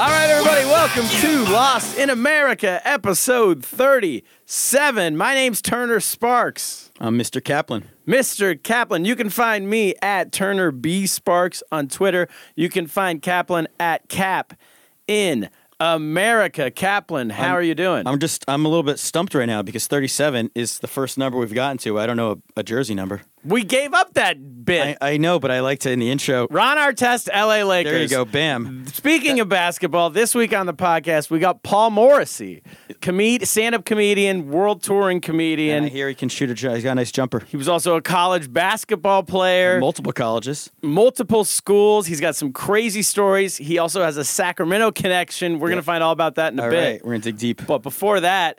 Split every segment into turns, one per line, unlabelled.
All right, everybody, welcome to Lost in America, episode 37. My name's Turner Sparks.
I'm Mr. Kaplan.
Mr. Kaplan, you can find me at Turner B Sparks on Twitter. You can find Kaplan at Cap in America. Kaplan, how are you doing?
I'm just I'm a little bit stumped right now because 37 is the first number we've gotten to. I don't know a, a jersey number.
we gave up that
I,
bit.
I know, but I like to in the intro.
Ron Artest, LA Lakers.
There you go, bam.
Speaking of basketball, this week on the podcast we got Paul Morrissey, comed- stand-up comedian, world touring
And
comedian.
I hear he can shoot a. j- He's got a nice jumper.
He was also a college basketball player,
Multiple colleges.
multiple schools. He's got some crazy stories. He also has a Sacramento connection. We're going to find all about that in a
All
bit.
right, we're gonna dig deep.
But before that,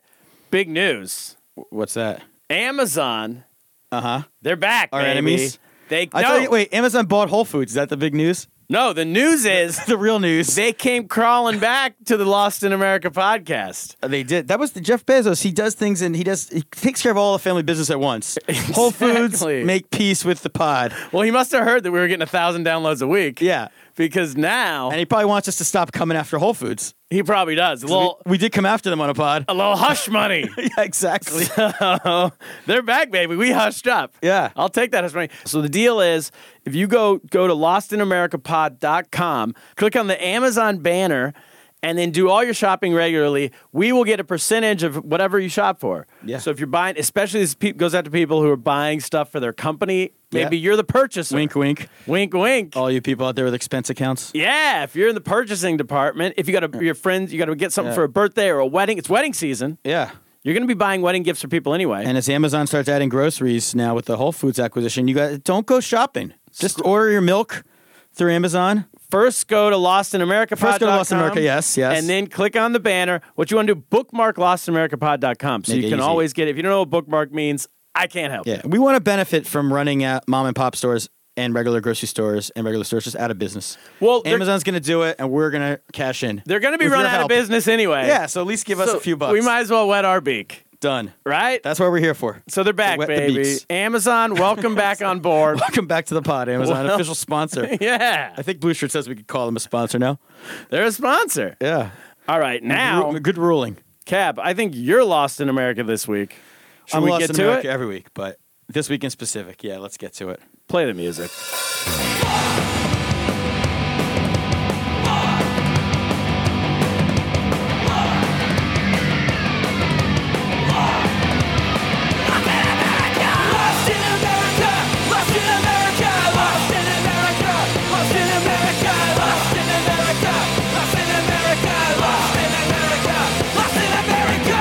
big news.
What's that?
Amazon,
Uh huh.
they're back,
Our
baby.
enemies?
They
I
no,
thought. Wait, Amazon bought Whole Foods. Is that the big news?
no, the news is
The real news.
they came crawling back to the Lost in America podcast.
They did. That was the Jeff Bezos. He does things and he does he takes care of all the family business at once. Whole Foods
Exactly.
make peace with the pod.
Well, he must have heard that we were getting a thousand downloads a week.
Yeah.
Because now
And he probably wants us to stop coming after Whole Foods.
he probably does. A little,
we, we did come after them on a pod.
a little hush money.
yeah, exactly.
So they're back, baby. We hushed up.
Yeah.
I'll take that as money. So the deal is if you go go to lostinamericapod.com, click on the Amazon banner, and then do all your shopping regularly, we will get a percentage of whatever you shop for.
Yeah.
So if you're buying, especially this pe- goes out to people who are buying stuff for their company, maybe
Yeah.
you're the purchaser.
wink, Oh. wink.
wink, wink.
All you people out there with expense accounts.
Yeah, if you're in the purchasing department, if you got to your friends, you got to get something
Yeah.
for a birthday or a wedding. It's wedding season.
Yeah.
You're going to be buying wedding gifts for people anyway.
And as Amazon starts adding groceries now with the Whole Foods acquisition, you guys don't go shopping. Just order your milk through Amazon.
First, go to Lost in America.
First go to Lost in America, yes, yes.
And then click on the banner. What you want to do, bookmark lostinamericapod.com. So
Make
you
it
can
easy.
always get it. If you don't know what bookmark means, I can't help.
Yeah. We want to benefit from running out mom and pop stores and regular grocery stores and regular stores just out of business.
Well, they're-
Amazon's going to do it and we're going to cash in.
They're going to be
With
run
your
out of
help.
business anyway.
Yeah, so at least give us
So
a few bucks.
We might as well wet our beak,
Done.
right?
That's what we're here for.
so they're back,
wet the
baby.
beaks.
Amazon, welcome back on board.
Welcome back to the pod, Amazon, official sponsor.
yeah,
I think Blue Shirt says we could call them a sponsor now.
they're a sponsor.
Yeah.
All right, now,
Ru- good ruling.
Cap, I think you're lost in America this week. Should
I'm
we
lost
get
in
to
America
it?
every week, but this week in specific, yeah, let's get to it.
Play the music.
Lost in America, lost in America, lost in America, lost in America, lost in America, lost in America, lost in America, lost in America.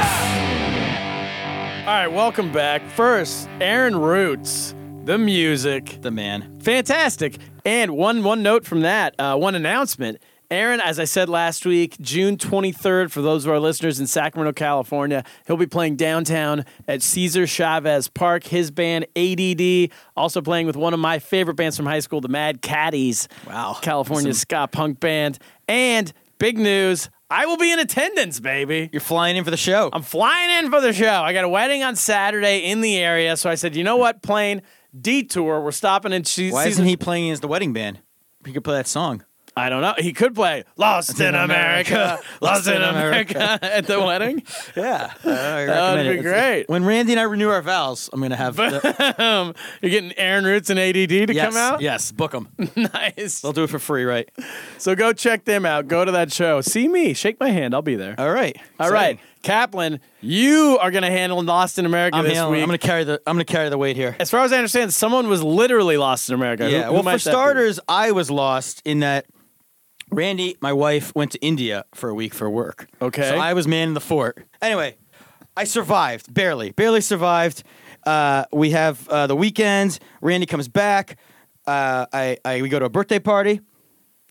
All right, welcome back. First, Aaron Roots, the music,
The man.
fantastic. And one one note from that, uh, one announcement. Aaron, as I said last week, June 23rd, for those of our listeners in Sacramento, California, he'll be playing downtown at Cesar Chavez Park. His band, ADD, also playing with one of my favorite bands from high school, the Mad Caddies.
Wow.
California ska punk band. And big news I will be in attendance, baby.
You're flying in for the show.
I'm flying in for the show. I got a wedding on Saturday in the area, so I said, you know what, plane detour. We're stopping in Caesar.
Why isn't he playing as the wedding band? He could play that song.
I don't know. He could play Lost in America, Lost in America at the wedding.
Yeah.
That would be great.
When Randy and I renew our vows, I'm going to have. the,
Um, you're getting Aaron Roots and ADD to
yes,
come out.
Yes, book them.
Nice.
They'll do it for free, right?
So go check them out. Go to that show. See me. Shake my hand. I'll be there.
All right.
All right, Kaplan, you are going to handle Lost in America
I'm,
this
handling-
week.
I'm going to carry the I'm going to carry the weight here.
as far as I understand, someone was literally lost in America. Who-
Yeah.
who
well,
might
for
that be?
starters, I was lost in that Randy, my wife, went to India for a week for work.
Okay.
So I was man in the fort. Anyway, I survived barely, barely survived. Uh, we have uh, the weekend. Randy comes back. Uh, I, I we go to a birthday party.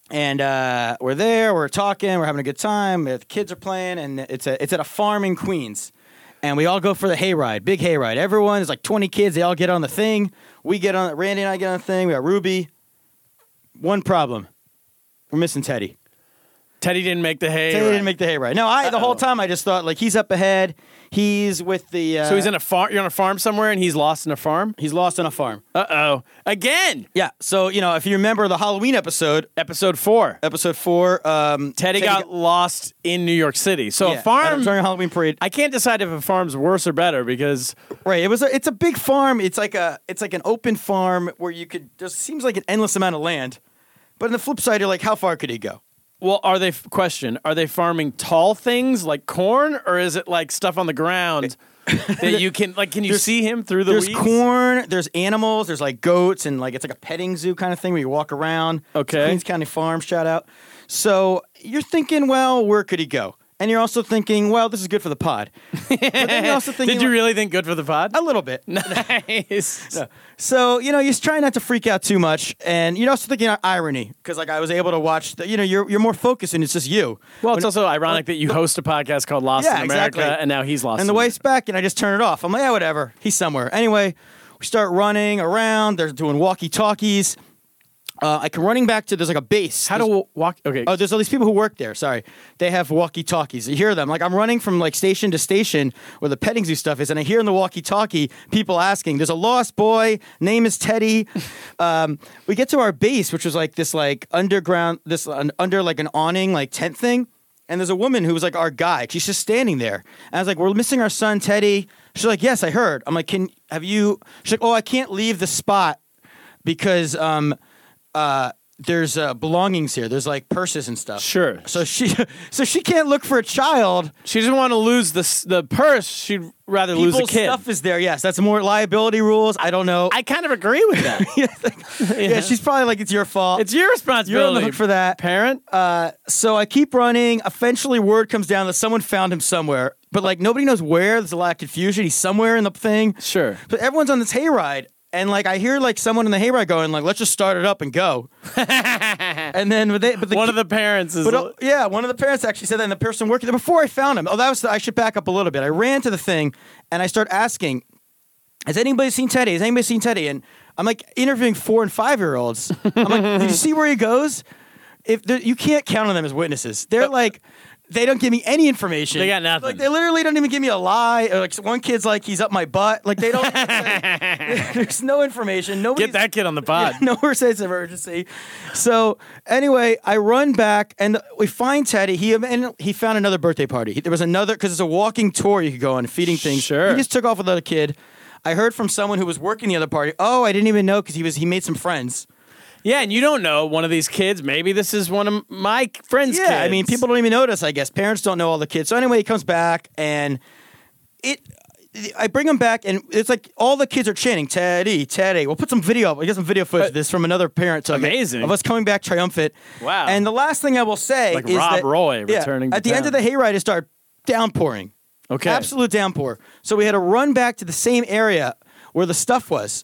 and uh, we're there. We're talking. We're having a good time. The kids are playing, and it's a it's at a farm in Queens, and we all go for the hayride, big hayride. Everyone is like twenty kids. They all get on the thing. We get on. Randy and I get on the thing. We got Ruby. One problem. We're missing Teddy.
Teddy didn't make the hay.
Teddy
right?
didn't make the hayride. No, I the whole time I just thought like he's up ahead. He's with the. Uh,
so he's in a farm. You're on a farm somewhere, and he's lost in a farm.
he's lost on a farm.
Uh oh, again.
Yeah. So you know if you remember the Halloween episode,
Episode four.
episode four, um,
Teddy, got, lost in New York City. So
yeah,
a farm.
during Halloween parade.
I can't decide if a farm's worse or better because
Right. It was a, it's a big farm. It's like a it's like an open farm where you could just seems like an endless amount of land. But on the flip side, you're like, how far could he go?
well, are they question? Are they farming tall things like corn, or is it like stuff on the ground that you can like? Can you
There's-
see him through the
there's
weeds?
corn, there's animals, there's like goats, and like it's like a petting zoo kind of thing where you walk around. It's
Okay.
Queens County Farm, shout out. So you're thinking, well, where could he go? And you're also thinking, well, this is good for the pod. but then you're also thinking, Oh.
Did you really think good for the pod?
a little bit.
Nice.
So you know, you just try not to freak out too much, and you're also thinking of irony because like I was able to watch. The, you know, you're you're more focused, and it's just you.
Well, it's also ironic that you host a podcast called Lost
Yeah,
in America,
exactly.
and now he's lost.
and the
in
wife's back, and I just turn it off. I'm like, yeah, whatever. He's somewhere. Anyway, we start running around. They're doing walkie talkies. Uh, I come running back to there's like a base.
How
There's-
to walk? Okay.
Oh, there's all these people who work there. Sorry, they have walkie-talkies. You hear them. Like I'm running from like station to station where the petting zoo stuff is, and I hear in the walkie-talkie people asking, "There's a lost boy. Name is Teddy." um, we get to our base, which was like this like underground, this uh, under like an awning like tent thing, and there's a woman who was like our guide. She's just standing there, and I was like, "We're missing our son Teddy." She's like, "Yes, I heard." I'm like, "Can have you?" She's like, "Oh, I can't leave the spot because um uh there's uh belongings here. There's like purses and stuff.
Sure.
So she so she can't look for a child.
she doesn't want to lose the s- the purse. She'd rather lose a
People's
kid.
stuff is there. Yes, that's more liability rules. I don't know.
I kind of agree with that.
yeah. she's probably like it's your fault.
it's your
you're
responsibility.
on the hook for that.
parent.
Uh, so I keep running. Eventually, word comes down that someone found him somewhere, but like nobody knows where. There's a lot of confusion. He's somewhere in the thing.
Sure.
But everyone's on this hayride, and like I hear like someone in the hayride going like, "Let's just start it up and go." and then but they, but the
One
ki-
of the parents is.
But uh, yeah, one of the parents actually said that, and the person working there before I found him. Oh, that was. I should back up a little bit. I ran to the thing, and I start asking, "Has anybody seen Teddy? Has anybody seen Teddy?" And I'm like interviewing four and five year olds. I'm like, "Did you see where he goes? If there- you can't count on them as witnesses, they're like." They don't give me any information.
They got nothing.
Like they literally don't even give me a lie. Or, like one kid's like he's up my butt. Like they don't. there's no information. Nobody
get that kid on the pod.
no more sense of urgency. So anyway, I run back and we find Teddy. He and he found another birthday party. He- There was another because it's a walking tour you could go on, feeding things.
Sure.
He just took off with another kid. I heard from someone who was working the other party. Oh, I didn't even know because he was he made some friends.
Yeah, and you don't know one of these kids. Maybe this is one of my friends'
yeah,
kids.
I mean, people don't even notice. I guess parents don't know all the kids. So anyway, he comes back and it. I bring him back, and it's like all the kids are chanting "Teddy, Teddy." We'll put some video. up. We get some video footage of this from another parent. took it,
Amazing.
of us coming back triumphant.
Wow.
And the last thing I will say
Like
is
Rob
that-
Roy
yeah,
returning to
at the end of the
town.
hayride, it started downpouring.
Okay.
Absolute downpour. So we had to run back to the same area where the stuff was.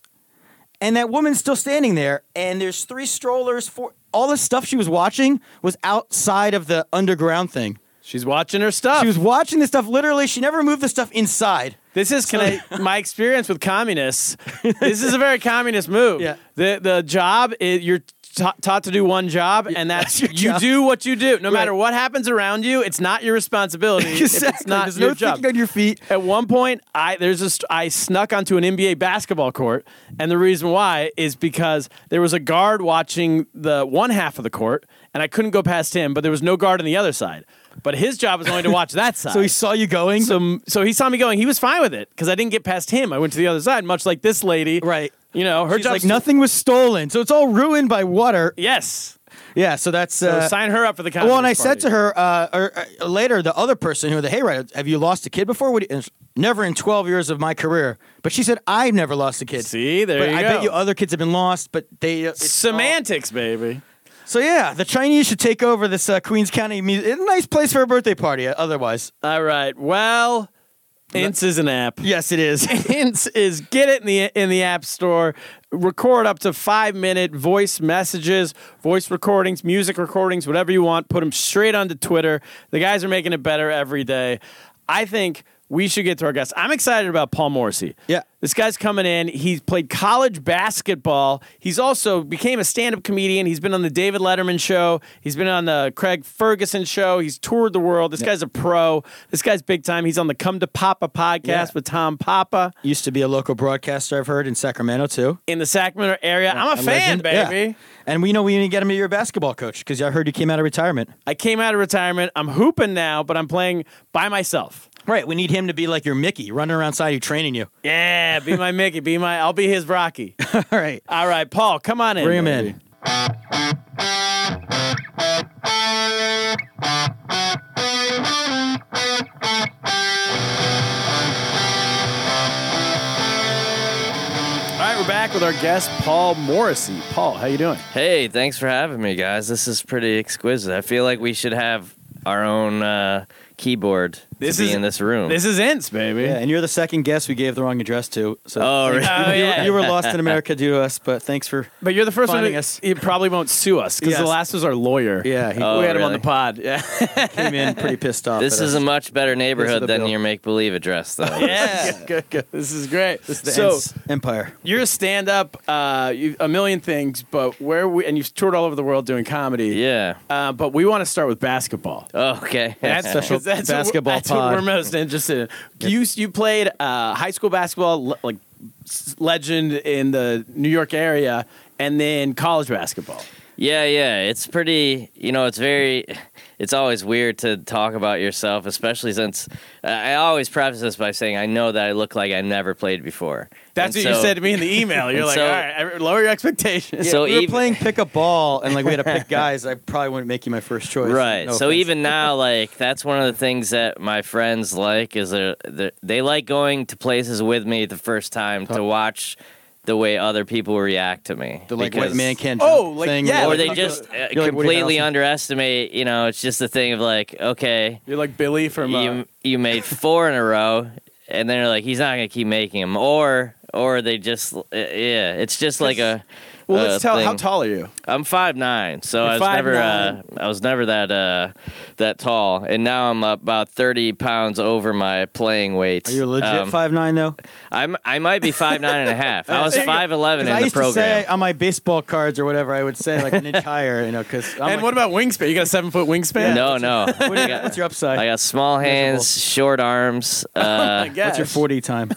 And that woman's still standing there, and there's three strollers. For all the stuff she was watching was outside of the underground thing.
She's watching her stuff.
She was watching the stuff literally. She never moved the stuff inside.
This is can I, my experience with communists. This is a very communist move.
Yeah.
The the job is you're ta- taught to do one job, and that's
your
you
job.
do what you do. No matter
Right.
what happens around you, it's not your responsibility. if It's not
There's
your
no
job.
thinking on your feet.
At one point, I there's a st- I snuck onto an NBA basketball court, and the reason why is because there was a guard watching the one half of the court, and I couldn't go past him, but there was no guard on the other side. But his job was only to watch that side.
So he saw you going.
So, so he saw me going. He was fine with it because I didn't get past him. I went to the other side, much like this lady.
Right.
You know, her
She's
job's
like nothing was stolen. So it's all ruined by water.
Yes.
Yeah. So that's
So
uh,
sign her up for the comedy.
Well, and I said to her uh, or, uh, later, the other person who the hayride, have you lost a kid before? What do you-" and she- never in 12 years of my career. But she said, I've never lost a kid.
See, there
but
you
I
go.
bet you other kids have been lost, but they. uh, it's
semantics, baby.
all- so, yeah, the Chinese should take over this uh, Queens County. Mu- it's a nice place for a birthday party, uh, otherwise.
All right. Well, Ints is an app.
Yes, it is.
Hints is get it in the in the app store. Record up to five minute voice messages, voice recordings, music recordings, whatever you want. Put them straight onto Twitter. The guys are making it better every day. I think we should get to our guests. I'm excited about Paul Morrissey.
Yeah.
This guy's coming in. He's played college basketball. He's also became a stand-up comedian. He's been on the David Letterman show. He's been on the Craig Ferguson show. He's toured the world. This guy's a pro. This guy's big time. He's on the Come to Papa podcast
Yeah.
with Tom Papa
Used to be a local broadcaster, I've heard, in Sacramento, too.
in the Sacramento area. I'm a, fan,
legend. Yeah.
baby.
And we know we need to get him to your basketball coach because I heard you came out of retirement.
I came out of retirement. I'm hooping now, but I'm playing by myself.
Right. We need him to be like your Mickey, running around side you, training you.
Yeah, be my Mickey. Be my. I'll be his Rocky.
All right.
All right, Paul, come on in.
Bring him
baby.
in.
All right, we're back with our guest, Paul Morrissey. Paul, how you doing?
Hey, thanks for having me, guys. This is pretty exquisite. I feel like we should have our own uh, keyboard
This
to be
is-
in this room.
This is Ints, baby.
Yeah, and you're the second guest we gave the wrong address to. So
Oh,
thanks.
really?
Oh,
You,
yeah.
were, you were lost in America due to us, but thanks for.
But you're the first one.
Finding
who-
us.
He probably won't sue us because the
Yes.
last was our lawyer.
Yeah, he
Oh,
we had him on the
really?
pod. Yeah,
came in pretty pissed off.
this
at
is
us.
a much better neighborhood
the
than
bill.
your make believe address, though.
yeah. good, good. This is great.
the
so
Ents empire.
you're a stand-up, uh, you, a million things, but where we and you've toured all over the world doing comedy.
Yeah.
Uh, but we want to start with basketball.
Oh, okay.
That's
Special
'cause that's
basketball
What, that's what
pod.
we're most interested in. You you played uh, high school basketball le- like s- legend in the New York area, and then college basketball.
Yeah, yeah. It's pretty, you know, it's very, it's always weird to talk about yourself, especially since uh, I always preface this by saying I know that I look like I never played before.
That's
And
what you
so-
said to me in the email. You're
and
like,
so-
all right, I- lower your expectations.
So
we were
even-
playing pick a ball, and like we had to pick guys. I probably wouldn't make you my first choice.
Right.
No
so
offense.
even now, like that's one of the things that my friends like is they're, they're, they like going to places with me the first time to watch the way other people react to me.
the like white
because-
man can't.
Oh,
jump
like,
thing,
yeah,
Or
like,
they
I'm
just uh,
You're like Woody
completely
Harrelson.
underestimate. You know, it's just a thing of like, okay,
You're like Billy from. Uh,
you you made four in a row, and they're like, he's not gonna keep making them, or or they just uh, yeah, it's just like a.
well, let's
uh,
tell. How
thing.
tall are you?
I'm five nine, so I was
five
never uh,
nine.
I was never that uh, that tall, and now I'm about thirty pounds over my playing weight.
Are you legit
Um,
five nine though?
I'm I might be five nine and a half. I was
There you go.
five eleven
'Cause
in
I
the
used to
program.
say on my baseball cards or whatever, I would say like an inch higher, you know, because
and what about wingspan? You got a seven foot wingspan?
no, no, I got,
what's your upside?
I got small hands, short arms. Uh,
what's your forty time?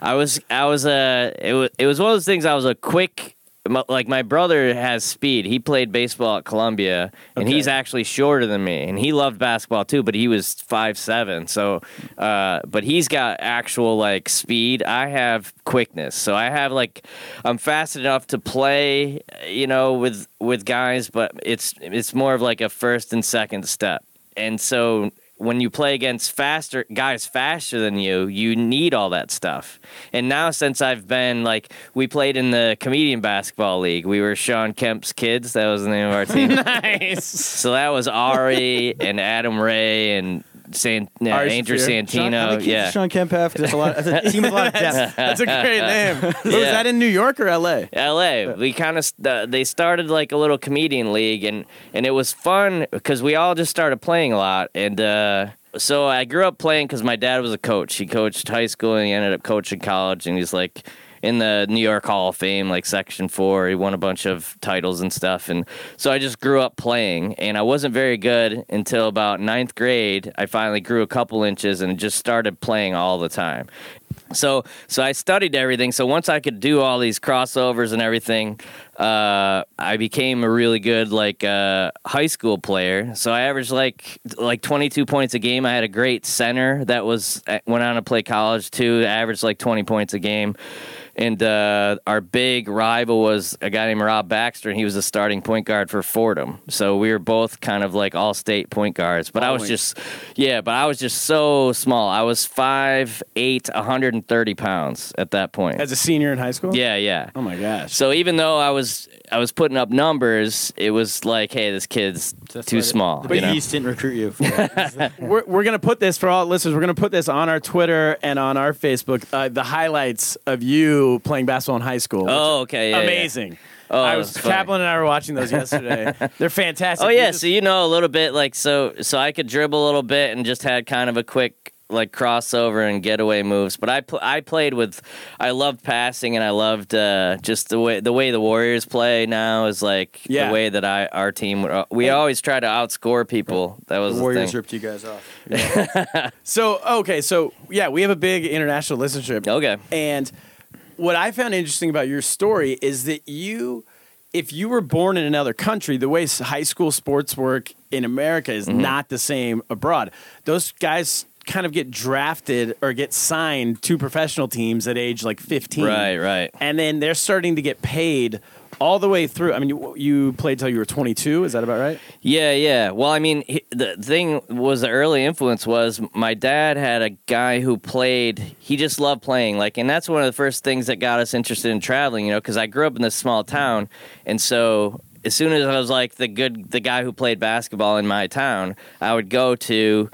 I was I was uh, it was it was one of those things. I was a quick. my- Like my brother has speed. He played baseball at Columbia, and he's actually shorter than me. And he loved basketball too, but he was five seven. So, uh, but he's got actual like speed. I have quickness, so I have like I'm fast enough to play, you know, with with guys. But it's it's more of like a first and second step. And so when you play against faster guys faster than you, you need all that stuff. And now since I've been like we played in the comedian basketball league. We were Sean Kemp's kids, that was the name of our team.
nice.
so that was Ari and Adam Ray and San, uh,
Ari
Andrew
Shafir.
Sean, how many
Santino.
kids
yeah.
does Sean Kemp have? 'Cause That's a lot. That's a team with a lot of depth.
That's a great name. Was
Yeah.
that in New York or L.A.?
LA. We kind of uh, they started like a little comedian league, and and it was fun because we all just started playing a lot. And uh, so I grew up playing because my dad was a coach. He coached high school and he ended up coaching college, and he's like. In the New York Hall of Fame, like section four, he won a bunch of titles and stuff. And so I just grew up playing, and I wasn't very good until about ninth grade. I finally grew a couple inches and just started playing all the time. So so I studied everything. So once I could do all these crossovers and everything, uh, I became a really good like uh, high school player. So I averaged like like 22 points a game. I had a great center that was uh, went on to play college too. Averaged like 20 points a game. And uh, our big rival was a guy named Rob Baxter, and he was a starting point guard for Fordham. So we were both kind of like all state point guards. But I was just, yeah, but I was just so small. I was 5'8, 130 pounds at that point.
As a senior in high school?
yeah, yeah.
Oh my gosh.
So even though I was I was putting up numbers, it was like, hey, this kid's
That's
Too
why
small,
The,
you
Big
know?
East didn't recruit you. For that.
We're, we're going to put this for all listeners. We're going to put this on our Twitter and on our Facebook. Uh, the highlights of you playing basketball in high school. which
Oh, okay. yeah, yeah.
amazing.
Oh,
I was
that's funny.
Kaplan and I were watching those yesterday. They're fantastic.
Oh
You
yeah,
just-
so you know a little bit like so so I could dribble a little bit and just had kind of a quick like crossover and getaway moves, but I pl- I played with I loved passing and I loved uh, just the way the way the Warriors play now is like
Yeah.
the way that I our team would- we always try to outscore people. That was
The
the,
Warriors
thing.
ripped you guys off.
so okay, so yeah, we have a big international listenership.
okay.
And what I found interesting about your story is that you, if you were born in another country, the way s- high school sports work in America is
Mm-hmm.
not the same abroad. Those guys kind of get drafted or get signed to professional teams at age like 15.
Right, right.
And then they're starting to get paid all the way through. I mean, you, you played till you were 22. Is that about right?
Yeah, yeah. Well, I mean, he- the thing was the early influence was my dad had a guy who played. He just loved playing, like, and that's one of the first things that got us interested in traveling. You know, because I grew up in this small town, and so as soon as I was like the good, the guy who played basketball in my town, I would go to.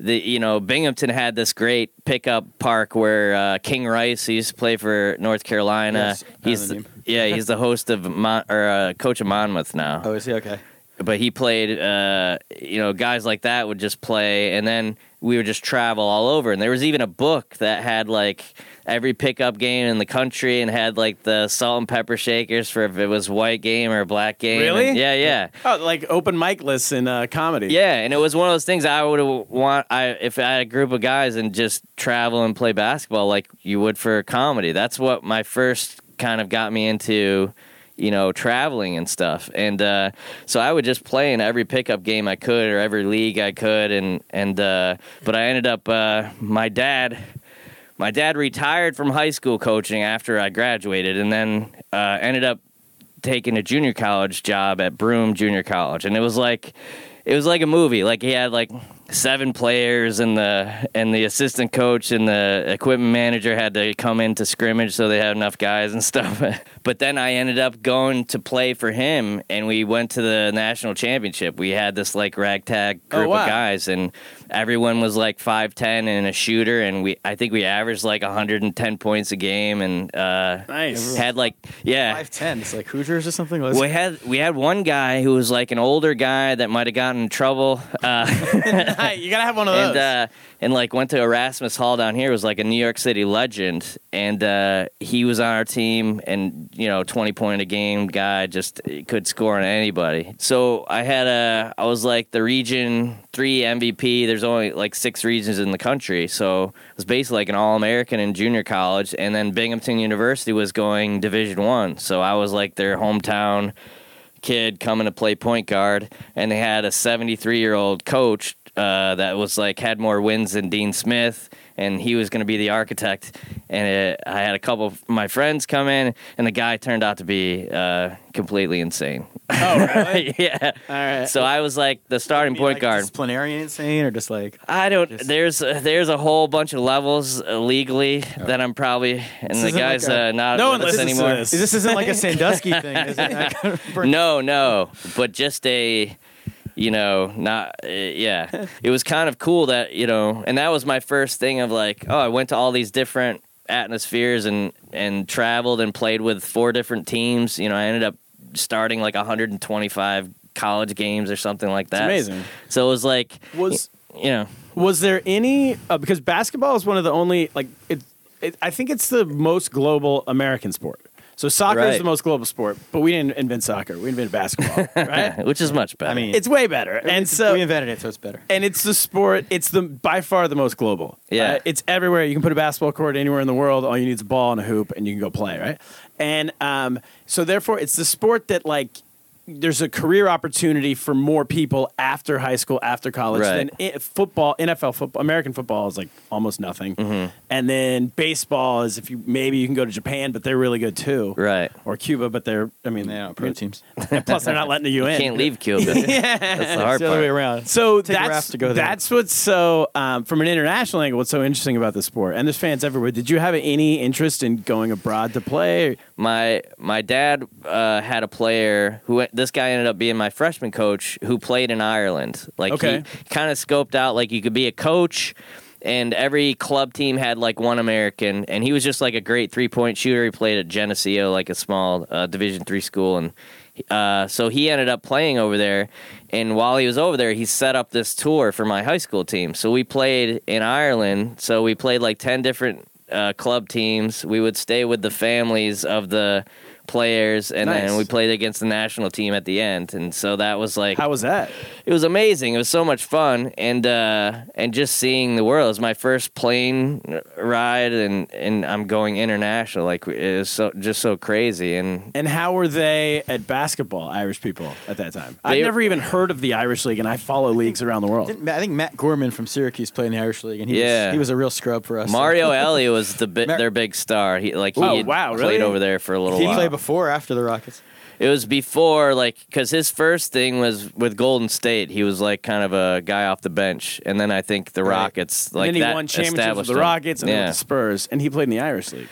The, you know Binghamton had this great pickup park where uh, King Rice he used to play for North Carolina.
Yes, I know
he's
the
the,
name.
yeah he's the host of Mon- or uh, coach of Monmouth now
Oh, is he okay?
but he played uh you know guys like that would just play and then we would just travel all over and there was even a book that had like every pickup game in the country and had like the salt and pepper shakers for if it was white game or black game
Really?
And- yeah yeah
Oh, like open mic lists in uh, comedy.
yeah and it was one of those things i would want i if i had a group of guys and just travel and play basketball like you would for comedy that's what my first kind of got me into you know traveling and stuff and uh, so i would just play in every pickup game i could or every league i could and and uh, but i ended up uh, my dad my dad retired from high school coaching after i graduated and then uh, ended up taking a junior college job at broome junior college and it was like it was like a movie like he had like seven players and the and the assistant coach and the equipment manager had to come in to scrimmage so they had enough guys and stuff but then i ended up going to play for him and we went to the national championship we had this like ragtag
Oh,
group
wow.
of guys and everyone was like 5'10 and a shooter and we i think we averaged like 110 points a game and uh
Nice.
had like yeah
Five ten. It's like Hoosiers or something. What is
we
it?
had we had one guy who was like an older guy that might have gotten in trouble, uh,
Hey, you got to have one of those.
and uh, and like went to Erasmus Hall down here was like a New York City legend, and uh, he was on our team, and you know twenty point a game guy just uh, could score on anybody. So I had a I was like the region three MVP. There's only like six regions in the country, so I was basically like an All American in junior college, and then Binghamton University was going Division One, so I was like their hometown kid coming to play point guard, and they had a 73 year old coach uh, that was like had more wins than Dean Smith, and he was going to be the architect. And it, I had a couple of my friends come in, and the guy turned out to be uh, completely insane.
oh, really?
yeah.
All right.
So I was like the starting
Be,
point
like,
guard.
disciplinarian insane, or just like
I don't. There's there's a whole bunch of levels uh, legally that I'm probably and the
isn't like
guy's
a-
uh, not
No
with
one
us
listens to
anymore.
this.
this isn't like a Sandusky thing. Is it?
No, no, but just a, you know, not uh, yeah. It was kind of cool that you know, and that was my first thing of like, oh, I went to all these different atmospheres and and traveled and played with four different teams. You know, I ended up starting like 125 college games or something like that.
amazing.
So it was like,
Was-
you know,
Was there any uh, because basketball is one of the only like it, it? I think it's the most global American sport. So soccer is
Right.
the most global sport, but we didn't invent soccer. We invented basketball, right?
which is much better.
I mean,
It's way better, and so
we invented it, so it's better.
and it's the sport. It's the by far the most global. Uh,
Yeah.
it's everywhere. You can put a basketball court anywhere in the world. All you need is a ball and a hoop, and you can go play. Right, and um, so therefore, it's the sport that like there's a career opportunity for more people after high school, after college.
Right.
Than i- football, NFL football, American football is like almost nothing,
Mm-hmm.
and then baseball is if you maybe you can go to Japan, but they're really good too.
Right. Mm.
Or Cuba, but they're I mean
Yeah, pro teams.
Plus, they're not letting you in.
can't leave Cuba. That's the hard
the other
part.
way around.
So
Take a
that's
raft to go there.
that's what's so um, from an international angle. What's so interesting about the sport and there's fans everywhere. Did you have any interest in going abroad to play?
my my dad uh, had a player who this guy ended up being my freshman coach who played in Ireland. Like
Okay.
he kind of scoped out like you could be a coach and every club team had like one American and he was just like a great three-point shooter. He played at Geneseo like a small uh, division 3 school and uh, so he ended up playing over there and while he was over there he set up this tour for my high school team. So we played in Ireland. So we played like 10 different uh, club teams. We would stay with the families of the players, and
Nice.
then we played against the national team at the end. And so that was like
How was that?
it was amazing. It was so much fun, and uh, and just seeing the world. It was my first plane ride, and and I'm going international. Like it was so just so crazy, and
And how were they at basketball, Irish people at that time? I've
They-
never even heard of the Irish League, and I follow leagues around the world.
Didn't- I think Matt Gorman from Syracuse played in the Irish League, and he,
Yeah.
was, he was a real scrub for us.
Mario Ellie was the bi-
Mar-
their big star. He like he
Oh,
had
wow,
played
really?
over there for a little
Did he
while.
play before or after the Rockets?
It was before, like, because his first thing was with Golden State. He was like kind of a guy off the bench, and then I think the Rockets, like
and then he
that
won championships with
established
the
him.
Rockets and then with
Yeah.
the Spurs, and he played in the Irish League.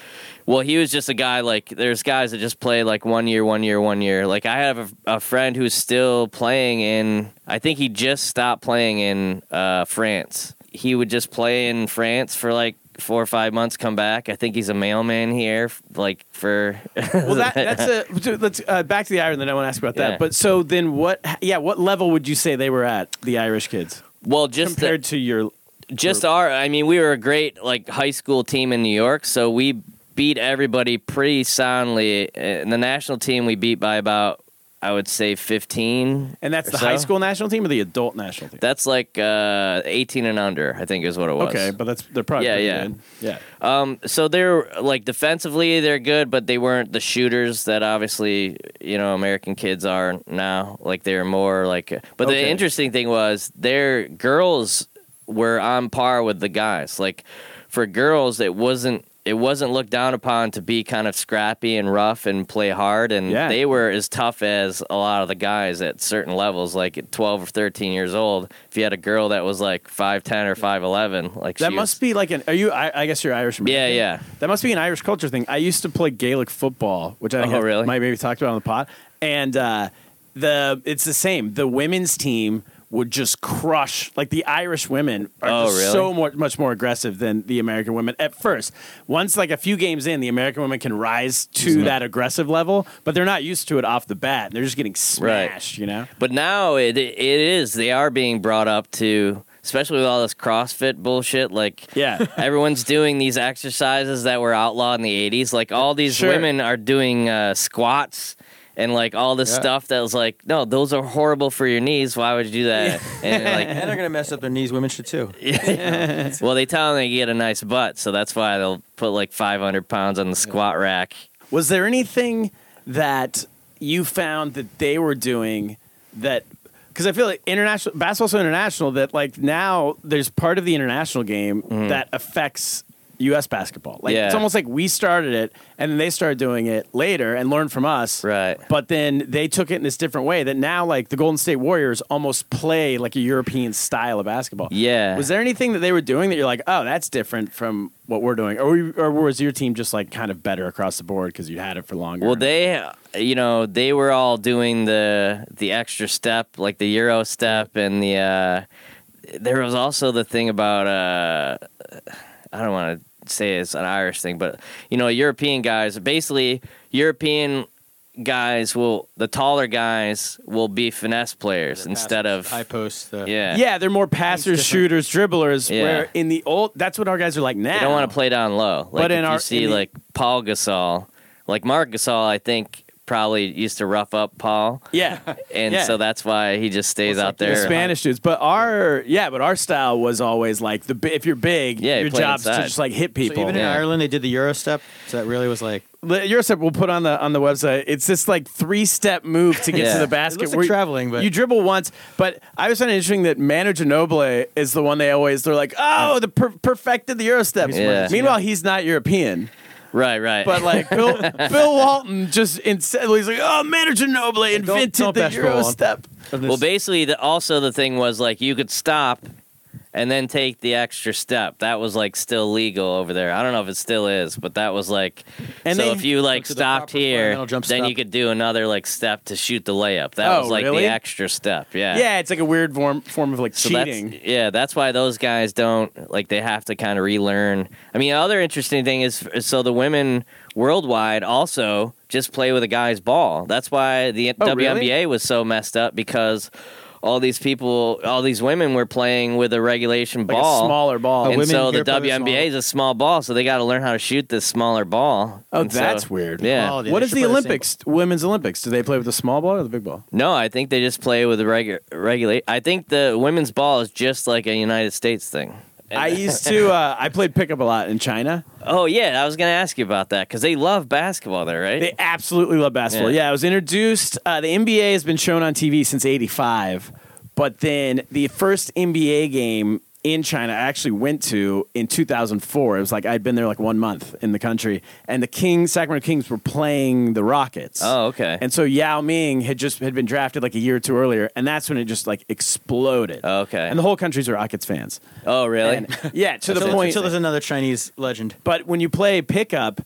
Well, he was just a guy like there's guys that just play like one year, one year, one year. Like I have a, a friend who's still playing in. I think he just stopped playing in uh, France. He would just play in France for like four or five months, come back. I think he's a mailman here, f- like for.
Well, that, that's a dude, let's uh, back to the Ireland. I want to ask about that.
Yeah.
But so then, what? Yeah, what level would you say they were at the Irish kids
well, just the-
compared to your?
just our i mean we were a great like high school team in new york so we beat everybody pretty soundly and the national team we beat by about i would say 15
And that's
or
the
so.
high school national team or the adult national team?
that's like uh, 18 and under i think is what it was
okay, but that's they're probably
Yeah,
pretty
yeah.
good. yeah.
um, so they're like defensively they're good but they weren't the shooters that obviously you know american kids are now like they're more like but the
Okay.
interesting thing was their girls were on par with the guys like for girls it wasn't it wasn't looked down upon to be kind of scrappy and rough and play hard and
Yeah.
they were as tough as a lot of the guys at certain levels like at 12 or 13 years old if you had a girl that was like 5'10 or 5'11 like
That
she was-
must be like an. Are you? I, I guess you're Irish.
yeah
American.
yeah
That must be an Irish culture thing. I used to play Gaelic football, which I think
Oh,
I've-
really?
might maybe talked about on the pod. And uh, the it's the same. The women's team would just crush. Like the Irish women are
Oh,
just
really?
so more, much more aggressive than the American women at first. Once like a few games in, the American women can rise to
Mm-hmm.
that aggressive level, but they're not used to it off the bat. They're just getting
Right.
smashed. You know.
But now it it is. They are being brought up to, especially with all this CrossFit bullshit. Like,
Yeah.
everyone's doing these exercises that were outlawed in the '80s. Like, all these
Sure.
women are doing uh, squats and like all this
Yeah.
stuff that was like, no, those are horrible for your knees. Why would you do that? And
And they're going to mess up their knees. Women should too.
like, well, they tell them they get a nice butt, so that's why they'll put like 500 pounds on the squat rack.
Was there anything that you found that they were doing that? Because I feel like international basketball's so international that like now there's part of the international game that affects U.S. basketball. Like it's
Mm-hmm. Yeah.
almost like we started it and then they started doing it later and learned from us.
Right.
But then they took it in this different way that now like the Golden State Warriors almost play like a European style of basketball.
Yeah.
Was there anything that they were doing that you're like, oh, that's different from what we're doing, or, we- or was your team just like kind of better across the board because you had it for longer?
Well, they, you know, they were all doing the the extra step, like the euro step, and the. Uh, there was also the thing about uh, I don't want to say it's an Irish thing, but you know, European guys basically European guys will the taller guys will be finesse players instead of
high post. The,
yeah
yeah, they're more passers, shooters, dribblers.
Yeah.
Where in the old, that's what our guys are like now.
They don't want to play down low. Like
But in
if
our-
you see
in the-
like Paul Gasol, like Mark Gasol, I think probably used to rough up Paul.
Yeah,
and
Yeah.
so that's why he just stays
Well,
out
it's like
there.
the Spanish dudes. But our yeah, but our style was always like the bi- if you're big,
Yeah, you
your
play
job's to
inside.
just like hit people.
So even in
Yeah.
Ireland, they did the Euro step. So that really was like
The Eurostep we'll put on the on the website. It's this like three step move to get
Yeah.
to the
It
basket.
looks like
where you-
traveling, but-
you dribble once. But I was finding it interesting that Manu Ginobili is the one they always they're like, oh, the per- perfected the Eurostep.
Yeah.
Meanwhile, he's not European.
Right, right.
But like Bill, Bill Walton just instantly he's like, oh, Manu Ginobili
don't-
invented
don't
the
bash Bill Walton.
Eurostep.
well, basically, the, also the thing was like you could stop and then take the extra step. That was like still legal over there. I don't know if it still is, but that was like.
And
so
they-
if you like
to the
stopped
proper
here,
fundamental jump
then you
step.
could do another like step to shoot the layup. That
Oh,
was like
really?
the extra step. Yeah.
Yeah, it's like a weird form form of like
So
cheating.
That's, yeah, that's why those guys don't like they have to kind of relearn. I mean, other interesting thing is so the women worldwide also just play with a guy's ball. That's why the
Oh, really?
WNBA was so messed up because all these people, all these women were playing with a regulation
Like
ball.
a smaller ball.
Oh,
and
women
so the
here play with
WNBA is a small ball, so they got to learn how to shoot this smaller ball.
Oh,
And so-
that's weird.
Yeah.
Oh, they
what
should
is
play
the
the same
Olympics? women's Olympics? Do they play with the small ball or the big ball?
No, I think they just play with the regu- regulate. I think the women's ball is just like a United States thing.
I used to. Uh, I played pickup a lot in China.
Oh yeah, I was gonna ask you about that because they love basketball there, right?
They absolutely love basketball. Yeah,
Yeah.
I was introduced. Uh, the NBA has been shown on TV since '85, but then the first NBA game in China I actually went to in 2004. It was like I'd been there like one month in the country, and the Kings, Sacramento Kings, were playing the Rockets.
oh okay.
And so Yao Ming had just had been drafted like a year or two earlier, and that's when it just like exploded.
Okay.
And the whole country's a Rockets fans.
oh really?
And- yeah, to the
Until,
point.
until there's another Chinese legend.
But when you play pickup,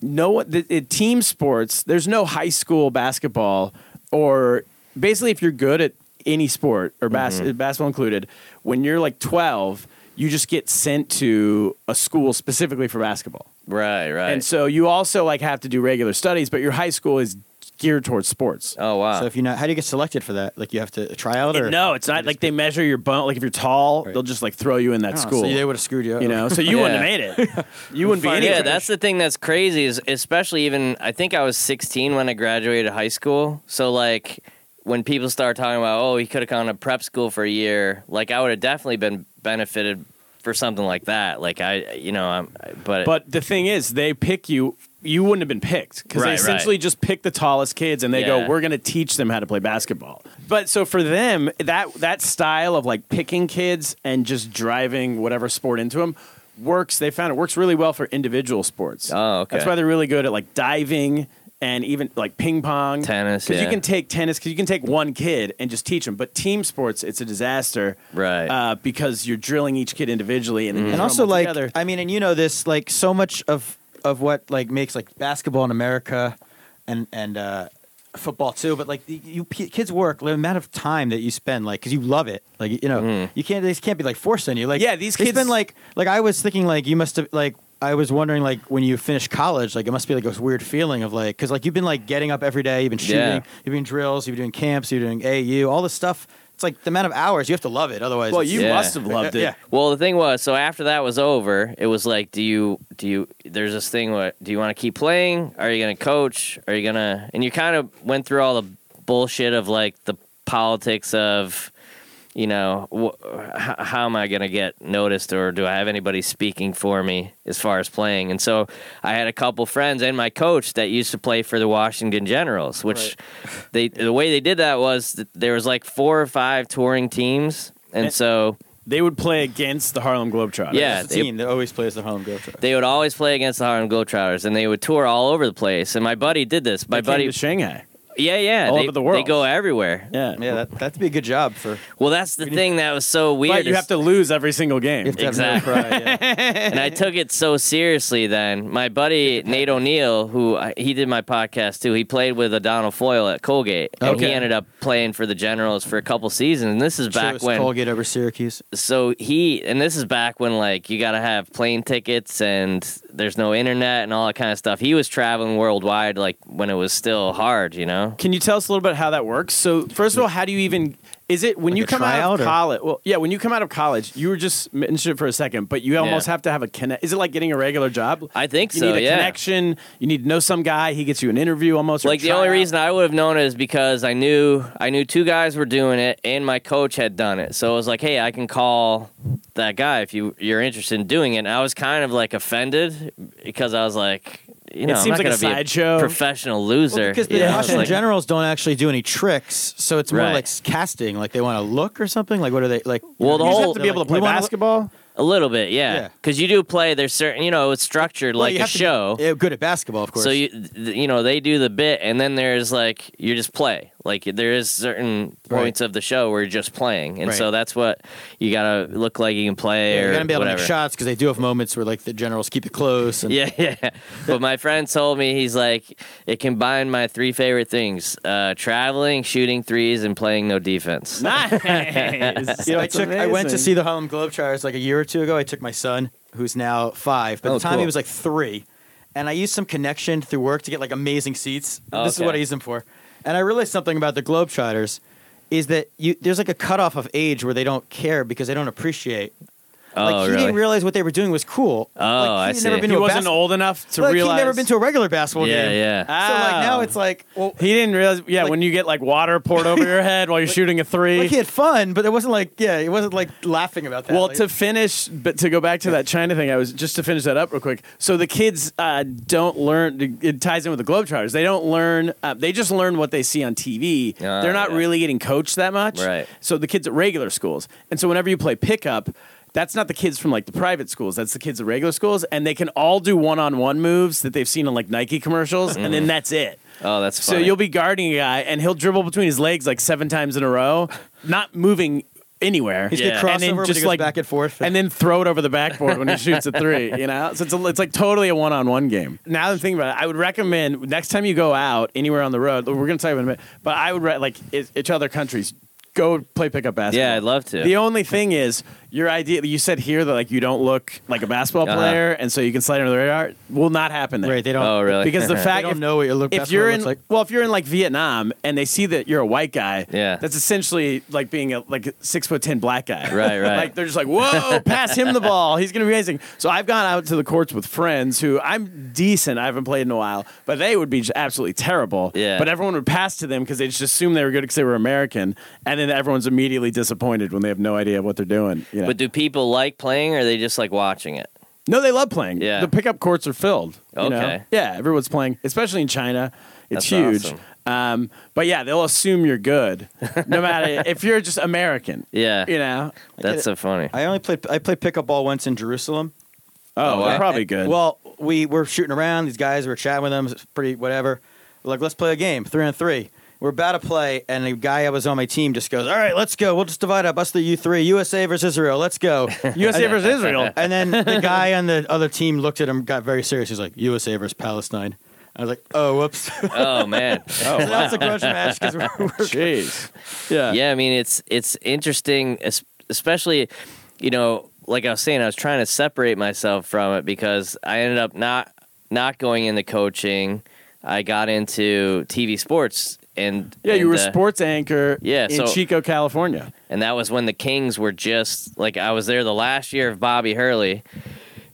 no one- the, the team sports. There's no high school basketball, or basically, if you're good at any sport or bas- basketball included, when you're like 12, you just get sent to a school specifically for basketball,
right, right.
and so you also like have to do regular studies. But your high school is geared towards sports.
oh wow.
So if you're not, how do you get selected for that? Like you have to try out or
no, it's not like they measure your bone. Like if you're tall,
Right.
they'll just like throw you in that
Oh,
school.
So they would have screwed you. up.
you know, so you wouldn't have made it. You wouldn't be
yeah,
anywhere.
that's the thing that's crazy is especially even I think I was 16 when I graduated high school. So like when people start talking about oh he could have gone to prep school for a year, like I would have definitely been benefited for something like that. Like I you know I'm but
But the thing is, they pick you. You wouldn't have been picked because
Right,
they
right.
essentially just pick the tallest kids and they go,
Yeah.
"We're going to teach them how to play basketball." But so for them, that that style of like picking kids and just driving whatever sport into them works. They found it works really well for individual sports.
Oh, okay.
That's why they're really good at like diving and even like ping pong,
Tennis,
Because you
yeah.
can take tennis because you can take one kid and just teach them. But team sports, it's a disaster,
Right. Mm-hmm.
Uh, because you're drilling each kid individually and then you
and
throw 'em
also
all
like
together.
I mean, and you know this, like so much of of what like makes like basketball in America and and uh, football too, but like you, you p- kids work the amount of time that you spend like because you love it, like you know you can't they just can't be like forced on you. Like
Mm. Yeah, these
they
kids-
spend like like I was thinking like you must have like. I was wondering, like, when you finish college, like, it must be like this weird feeling of like, because like you've been like getting up every day, you've been shooting,
Yeah.
you've been drills, you've been doing camps, you're doing AU, all this stuff. It's like the amount of hours you have to love it, otherwise.
well,
it's-
you
Yeah.
must have loved it.
Yeah.
Well, the thing was, so after that was over, it was like, do you do you? There's this thing. What do you want to keep playing? Are you gonna coach? Are you gonna? And you kind of went through all the bullshit of like the politics of, you know, wh- h- how am I gonna get noticed, or do I have anybody speaking for me as far as playing? And so I had a couple friends and my coach that used to play for the Washington Generals, which they the way they did that was that there was like four or five touring teams, and so.
They would play against the Harlem Globetrotters.
Yeah.
It's the
they-
team that always plays the Harlem Globetrotters.
they would always play against the Harlem Globetrotters, and they would tour all over the place. And my buddy did this. My
My
buddy,
buddy Shanghai.
yeah, yeah,
all
they,
over the world.
They go everywhere.
Yeah.
Yeah, that, that'd be a good job for.
Well, that's the thing that was so weird.
But you
is-
have to lose every single game.
You have to have no
Exactly.
pride, yeah.
and I took it so seriously. Then my buddy Nate O'Neill, who I, he did my podcast too, he played with O'Donnell Foyle at Colgate, and
Okay.
he ended up playing for the Generals for a couple seasons. And this is back
Chose
when
Colgate over Syracuse.
so he and this is back when like you gotta have plane tickets and there's no internet and all that kind of stuff he was traveling worldwide like when it was still hard you know
Can you tell us a little bit how that works? So, first of all, how do you even is it when
Like
you
a
come out
tryout
of
or-
college? Well, yeah, when you come out of college, you were just mentioned it for a second, but you almost have to have a connect. Is it like getting a regular job?
I think
you
so,
need a
yeah.
connection. You need to know some guy. He gets you an interview almost. or a
like the only
tryout.
reason i would have known it is because i knew i knew two guys were doing it and my coach had done it so it was like hey i can call that guy if you you're interested in doing it and i was kind of like offended because i was like you know I'm
seems
not
like a
gonna be
sideshow.
professional loser
because the
you know? It's
Washington
like-
Generals don't actually do any tricks, so it's more
Right.
like s- casting. Like they want to look or something. Like what are they like?
Well, the
You just
whole-
have to be
they're
able
like,
to play
we wanna look-
basketball.
a little bit
Yeah.
yeah because you do play there's certain you know it's structured
Well,
like
you
a
have to be,
show
yeah, good at basketball, of course.
So you th- you know they do the bit and then there's like you just play Like there is certain points of the show where you're just playing, and
Right.
so that's what you gotta look like you can play or
You're gonna be able
whatever.
to make shots because they do have moments where like the generals keep it close. And
Yeah, yeah. But my friend told me he's like, it combined my three favorite things: uh, traveling, shooting threes, and playing no defense.
Nice.
You know, I
That's
took I went to
amazing.
see the Harlem Globetrotters like a year or two ago. I took my son, who's now five, but at
Oh,
the time
cool.
he was like three, and I used some connection through work to get like amazing seats.
Oh,
this is
okay.
what I use them for. And I realized something about the Globetrotters is that you there's like a cutoff of age where they don't care because they don't appreciate.
oh,
like he
really?
didn't realize what they were doing was cool.
Oh,
like,
I
he'd
see.
Never been
He
to a
wasn't
bas-
old enough to
like,
realize.
He'd never been to a regular basketball
yeah,
game.
yeah.
So like now
Oh.
it's like well,
He didn't realize. Yeah,
Like-
when you get like water poured over your head while you're shooting a three.
like he had fun, but it wasn't like yeah, it wasn't like laughing about that.
Well,
like,
to finish, but to go back to that China thing, I was just to finish that up real quick. So the kids uh, don't learn. It ties in with the Globetrotters. They don't learn. Uh, they just learn what they see on TV.
Ah,
They're not
yeah.
really getting coached that much.
Right.
So the kids at regular schools, and so whenever you play pickup. That's not the kids from like the private schools. That's the kids at regular schools, and they can all do one-on-one moves that they've seen on like Nike commercials, and then that's it.
Oh, that's
So
funny.
you'll be guarding a guy, and he'll dribble between his legs like seven times in a row, not moving anywhere.
He's
Yeah.
good crossover,
And then
but
just
he goes
like
back and forth.
and then throw it over the backboard when he shoots a three. You know, so it's, a, it's like totally a one-on-one game. Now that I'm thinking about it, I would recommend next time you go out anywhere on the road. We're going to talk about it in a minute, but I would re- like i- each other countries go play pickup basketball.
Yeah, I'd love to.
The only thing is your idea. You said here that like you don't look like a basketball
Uh-huh.
player, and so you can slide under the radar. Will not happen there.
right, they don't.
oh, really?
Because the
I
fact
don't
if,
know what you look.
if
that's
you're
what it
in
looks like.
well if you're in like vietnam and they see that you're a white guy
Yeah.
that's essentially like being a like a six foot ten black guy
Right, right.
like they're just like whoa pass him the ball he's gonna be amazing so i've gone out to the courts with friends who i'm decent i haven't played in a while but they would be just absolutely terrible
Yeah.
but everyone would pass to them because they just assume they were good because they were american and then everyone's immediately disappointed when they have no idea what they're doing you know?
but do people like playing, or are they just like watching it?
No, they love playing.
Yeah.
The pickup courts are filled. you know?
Okay.
Yeah, everyone's playing, especially in China. It's
That's
huge. Um,
awesome.
but yeah, they'll assume you're good, no matter if you're just American.
Yeah,
You know?
that's so funny.
I only played. I played pickup ball once in Jerusalem.
Oh,
wow.
they're probably good.
Well, we were shooting around. These guys were chatting with them. It's pretty whatever. We're like, let's play a game, three on three. We're about to play, and the guy I was on my team just goes, "All right, let's go. We'll just divide up. Us the U three, USA versus Israel. Let's go."
USA versus Israel.
and then the guy on the other team looked at him, got very serious. He's like, "USA versus Palestine." I was like, "Oh, whoops." so
Oh man.
that was a grudge match because we're, we're
Jeez. Yeah.
yeah i mean it's it's interesting es- especially you know like i was saying i was trying to separate myself from it because i ended up not not going into coaching i got into tv sports and
Yeah, you
and,
were a
uh,
sports anchor
yeah,
in
so-
Chico, California.
and that was when the Kings were just like I was there the last year of Bobby Hurley,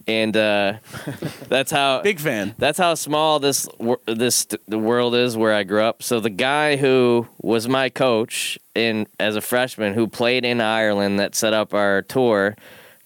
and uh, that's how
Big fan.
that's how small this wor- this the world is where I grew up. So the guy who was my coach in as a freshman who played in Ireland that set up our tour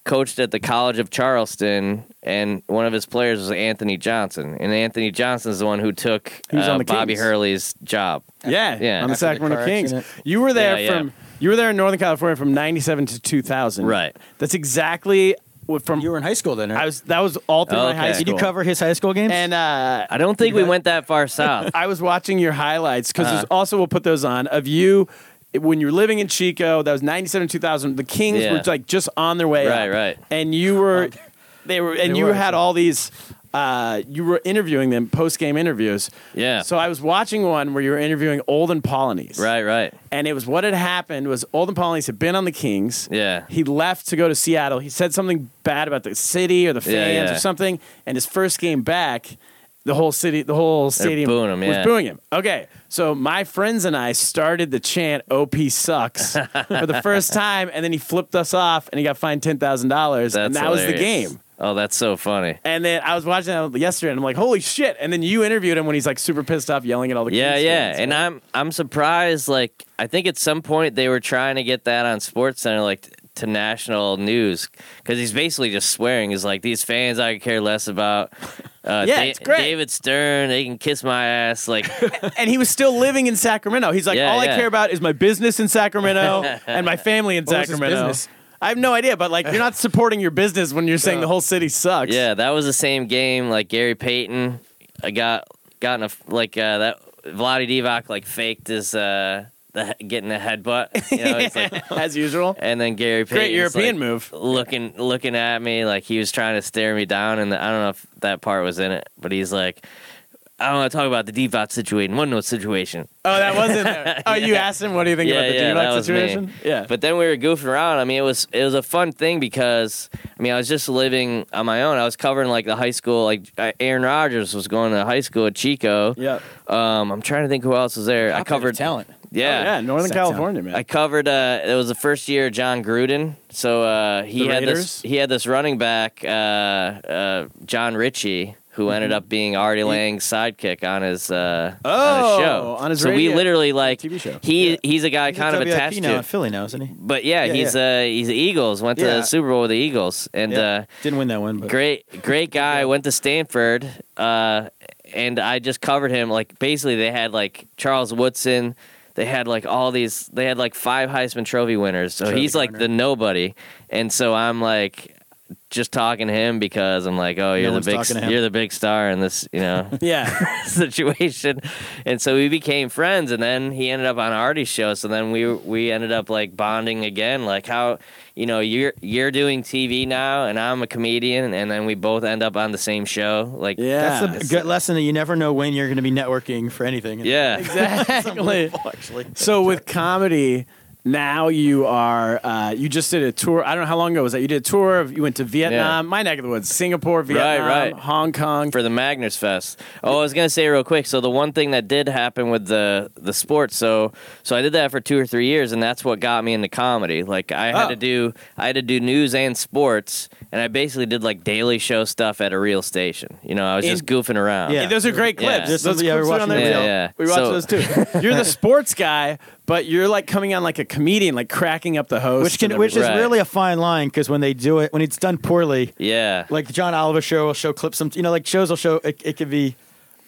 coached at the College of Charleston and one of his players was Anthony Johnson and Anthony Johnson is the one who took
He was
uh,
on the
Bobby
Kings.
Hurley's job.
Yeah,
Yeah.
on the
After the
Sacramento
car
Kings.
accident.
You were there
Yeah, yeah.
from you were there in Northern California from '97 to 2000.
Right.
That's exactly what from
You were in high school then. Right?
I was. That was all through my
Okay.
high school.
Did you cover his high school games?
And uh,
I don't think we went that far south.
I was watching your highlights because
Uh.
also we'll put those on of you when you were living in Chico. That was ninety seven two thousand. The Kings
Yeah.
were like just on their way,
Right,
up.
right.
And you were, they were, and
They
you
were,
had
so-
all these. Uh, you were interviewing them post game interviews.
Yeah.
So I was watching one where you were interviewing Olden Polonies.
right, right.
And it was what had happened was Olden Polonies had been on the Kings.
Yeah.
He left to go to Seattle. He said something bad about the city or the fans
Yeah,
or
yeah.
something. And his first game back, the whole city, the whole stadium
booing him,
was
yeah.
booing him. Okay, so my friends and I started the chant "OP sucks" for the first time, and then he flipped us off, and he got fined ten thousand dollars,
That's
and that was the
hilarious.
game.
Oh, that's so funny.
And then I was watching that yesterday, and I'm like, "Holy shit!" And then you interviewed him when he's like super pissed off, yelling at all the
Yeah,
Kings
yeah.
fans.
And I'm I'm surprised like I think at some point they were trying to get that on Sports Center like to national news cuz he's basically just swearing he's like these fans I could care less about. Uh,
Yeah, it's great.
David Stern, they can kiss my ass like
and he was still living in Sacramento. He's like,
Yeah,
all I
yeah.
care about is my business in Sacramento and my family in
What was his
Sacramento.
business?
I have no idea, but like, you're not supporting your business when you're saying the whole city sucks.
Yeah, that was the same game like Gary Payton I got got in a like uh, that Vladi Divac like faked his uh, the, getting the headbutt, you know, he's like,
as usual.
and then Gary Payton
Great European move.
looking looking at me like he was trying to stare me down and I don't know if that part was in it, but he's like I don't want to talk about the Divac situation, one note situation.
Oh, that wasn't. Oh, you asked him, what do you think about the
yeah, that
D-Buck
was me.
situation? Yeah.
But then we were goofing around. I mean, it was it was a fun thing because I mean, I was just living on my own. I was covering like the high school. Like uh, Aaron Rodgers was going to high school at Chico.
yeah. Oh,
Um, I'm trying to think who else was there. I covered.
talent.
Yeah.
Oh, yeah, Northern
Sextown.
California, man.
I covered. Uh, it was the first year of John Gruden, so uh, he
The
had
Raiders?
this. He had this running back, uh, uh, John Ritchie, who
Mm-hmm.
ended up being Artie Lang's sidekick on his uh, on
Oh,
his show.
on his
so
radio-
we literally like
TV show.
He he's a guy
He's
kind
at
of
WIP
attached
now
to.
in Philly now, isn't he?
But yeah,
Yeah,
he's uh he's the Eagles. Went to
Yeah.
the Super Bowl with the Eagles, and uh,
Didn't win that one, but
great great guy. Went to Stanford, uh, and I just covered him. Like basically, they had like Charles Woodson. They had like all these. They had like five Heisman Trophy winners. So he's like the nobody, and so I'm like. Just talking to him because I'm like, oh, you're
one's
the
talking to
big,
him.
you're the big star in this, you know,
yeah.
situation, and so we became friends. And then he ended up on Artie's show. So then we we ended up like bonding again. Like how you know you're you're doing TV now, and I'm a comedian, and then we both end up on the same show. Like
Yeah.
that's a good lesson that you never know when you're going to be networking for anything.
yeah,
exactly.
actually.
so with comedy, now you are uh, you just did a tour. I don't know how long ago was that. You did a tour. Of, you went to Vietnam, my neck of the woods, Singapore, Vietnam,
right.
Hong Kong.
for the Magners Fest. Oh, I was gonna say real quick. So the one thing that did happen with the the sports, so so I did that for two or three years, and that's what got me into comedy. Like I had
Oh.
to do I had to do news and sports, and I basically did like daily show stuff at a real station. You know, I was
In-
just goofing around.
Hey,
Yeah.
those are great
Yeah.
clips.
There's some-
Those
yeah,
clips
we're
are on
watching
there.
those.
too.
Yeah, yeah.
We watch
So-
those too. You're the sports guy, but you're like coming on like a comedian, like cracking up the host.
Which can,
and
which is
Right.
really a fine line because when they do it, when it's done poorly,
Yeah.
like the John Oliver show will show clips. Some you know, like shows will show it, it could be,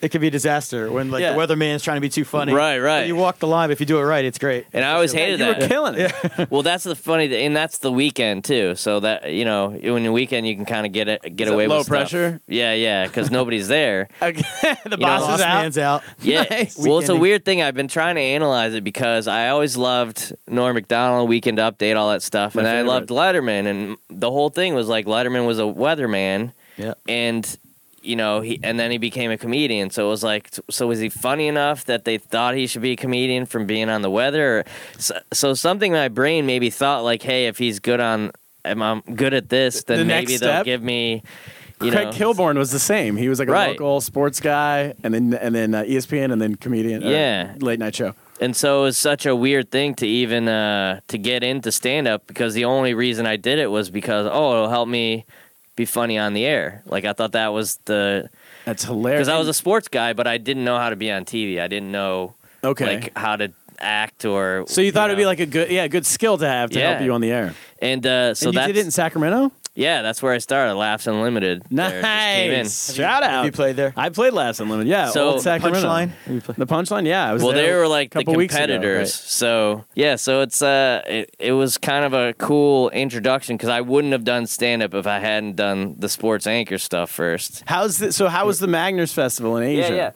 it could be a disaster when like
Yeah.
the weatherman's trying to be too funny.
Right, right.
But you walk the line. But if you do it right, it's great.
and I always
everything.
hated
you
that.
were killing it.
well, that's the funny, thing, and that's the weekend too. So that you know, when the weekend you can kind of get it, get
Is it
away
low
with stuff.
pressure?
Yeah, yeah, because nobody's there.
Okay, the
know,
boss
Boss
is out.
man's out.
Yeah. Well, it's a
Weekending.
weird thing. I've been trying to analyze it because I always loved Norm Macdonald, Weekend Update, all that stuff, and I loved Letterman, and the whole thing was like Letterman was a weatherman,
Yeah.
and you know, he and then he became a comedian. So it was like, so was he funny enough that they thought he should be a comedian from being on the weather? Or, so, so something in my brain maybe thought like, hey, if he's good on, if I'm good at this, then
The next
maybe they'll
step?
give me. You
Craig
know,
Kilborn was the same. He was like a
Right.
local sports guy, and then and then uh, ESPN, and then comedian. uh,
Yeah.
late night show.
and so it was such a weird thing to even uh, to get into stand up because the only reason I did it was because oh it'll help me be funny on the air. Like I thought that was the
That's hilarious.
because I was a sports guy, but I didn't know how to be on TV. I didn't know
okay.
like how to act or
so you thought it'd be
know.
like a good yeah good skill to have to help
Yeah.
you on the air.
and uh, so
and you
that's
did it in Sacramento.
yeah that's where I started Laughs Unlimited. there. It just came in.
Nice shout out.
Have you played there?
I played last unlimited. Yeah,
So-
old Sacramento.
Punchline? Have you played-
The punchline. Yeah, I was
well,
there
they were like the
couple weeks ago,
competitors. So yeah, so it's uh, it, it was kind of a cool introduction because I wouldn't have done stand up if I hadn't done the sports anchor stuff first.
How's the, so? How was the Magners Festival in Asia?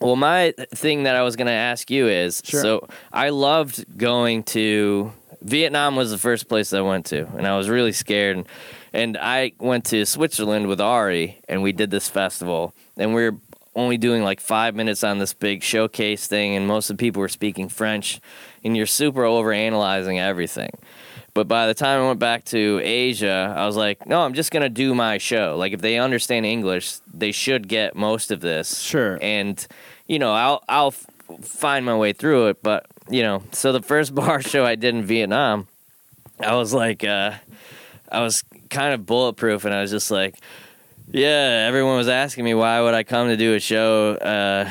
Well, my thing that I was going to ask you is
Sure.
so I loved going to Vietnam was the first place I went to, and I was really scared. And, and I went to Switzerland with Ari, and we did this festival, and we were only doing like five minutes on this big showcase thing, and most of the people were speaking French, and you're super over analyzing everything. But by the time I went back to Asia, I was like, no, I'm just going to do my show. Like, if they understand English, they should get most of this.
Sure.
And, you know, I'll, I'll f- find my way through it. But, you know, so the first bar show I did in Vietnam, I was like, uh, I was kind of bulletproof, and I was just like, yeah, everyone was asking me why would I come to do a show uh,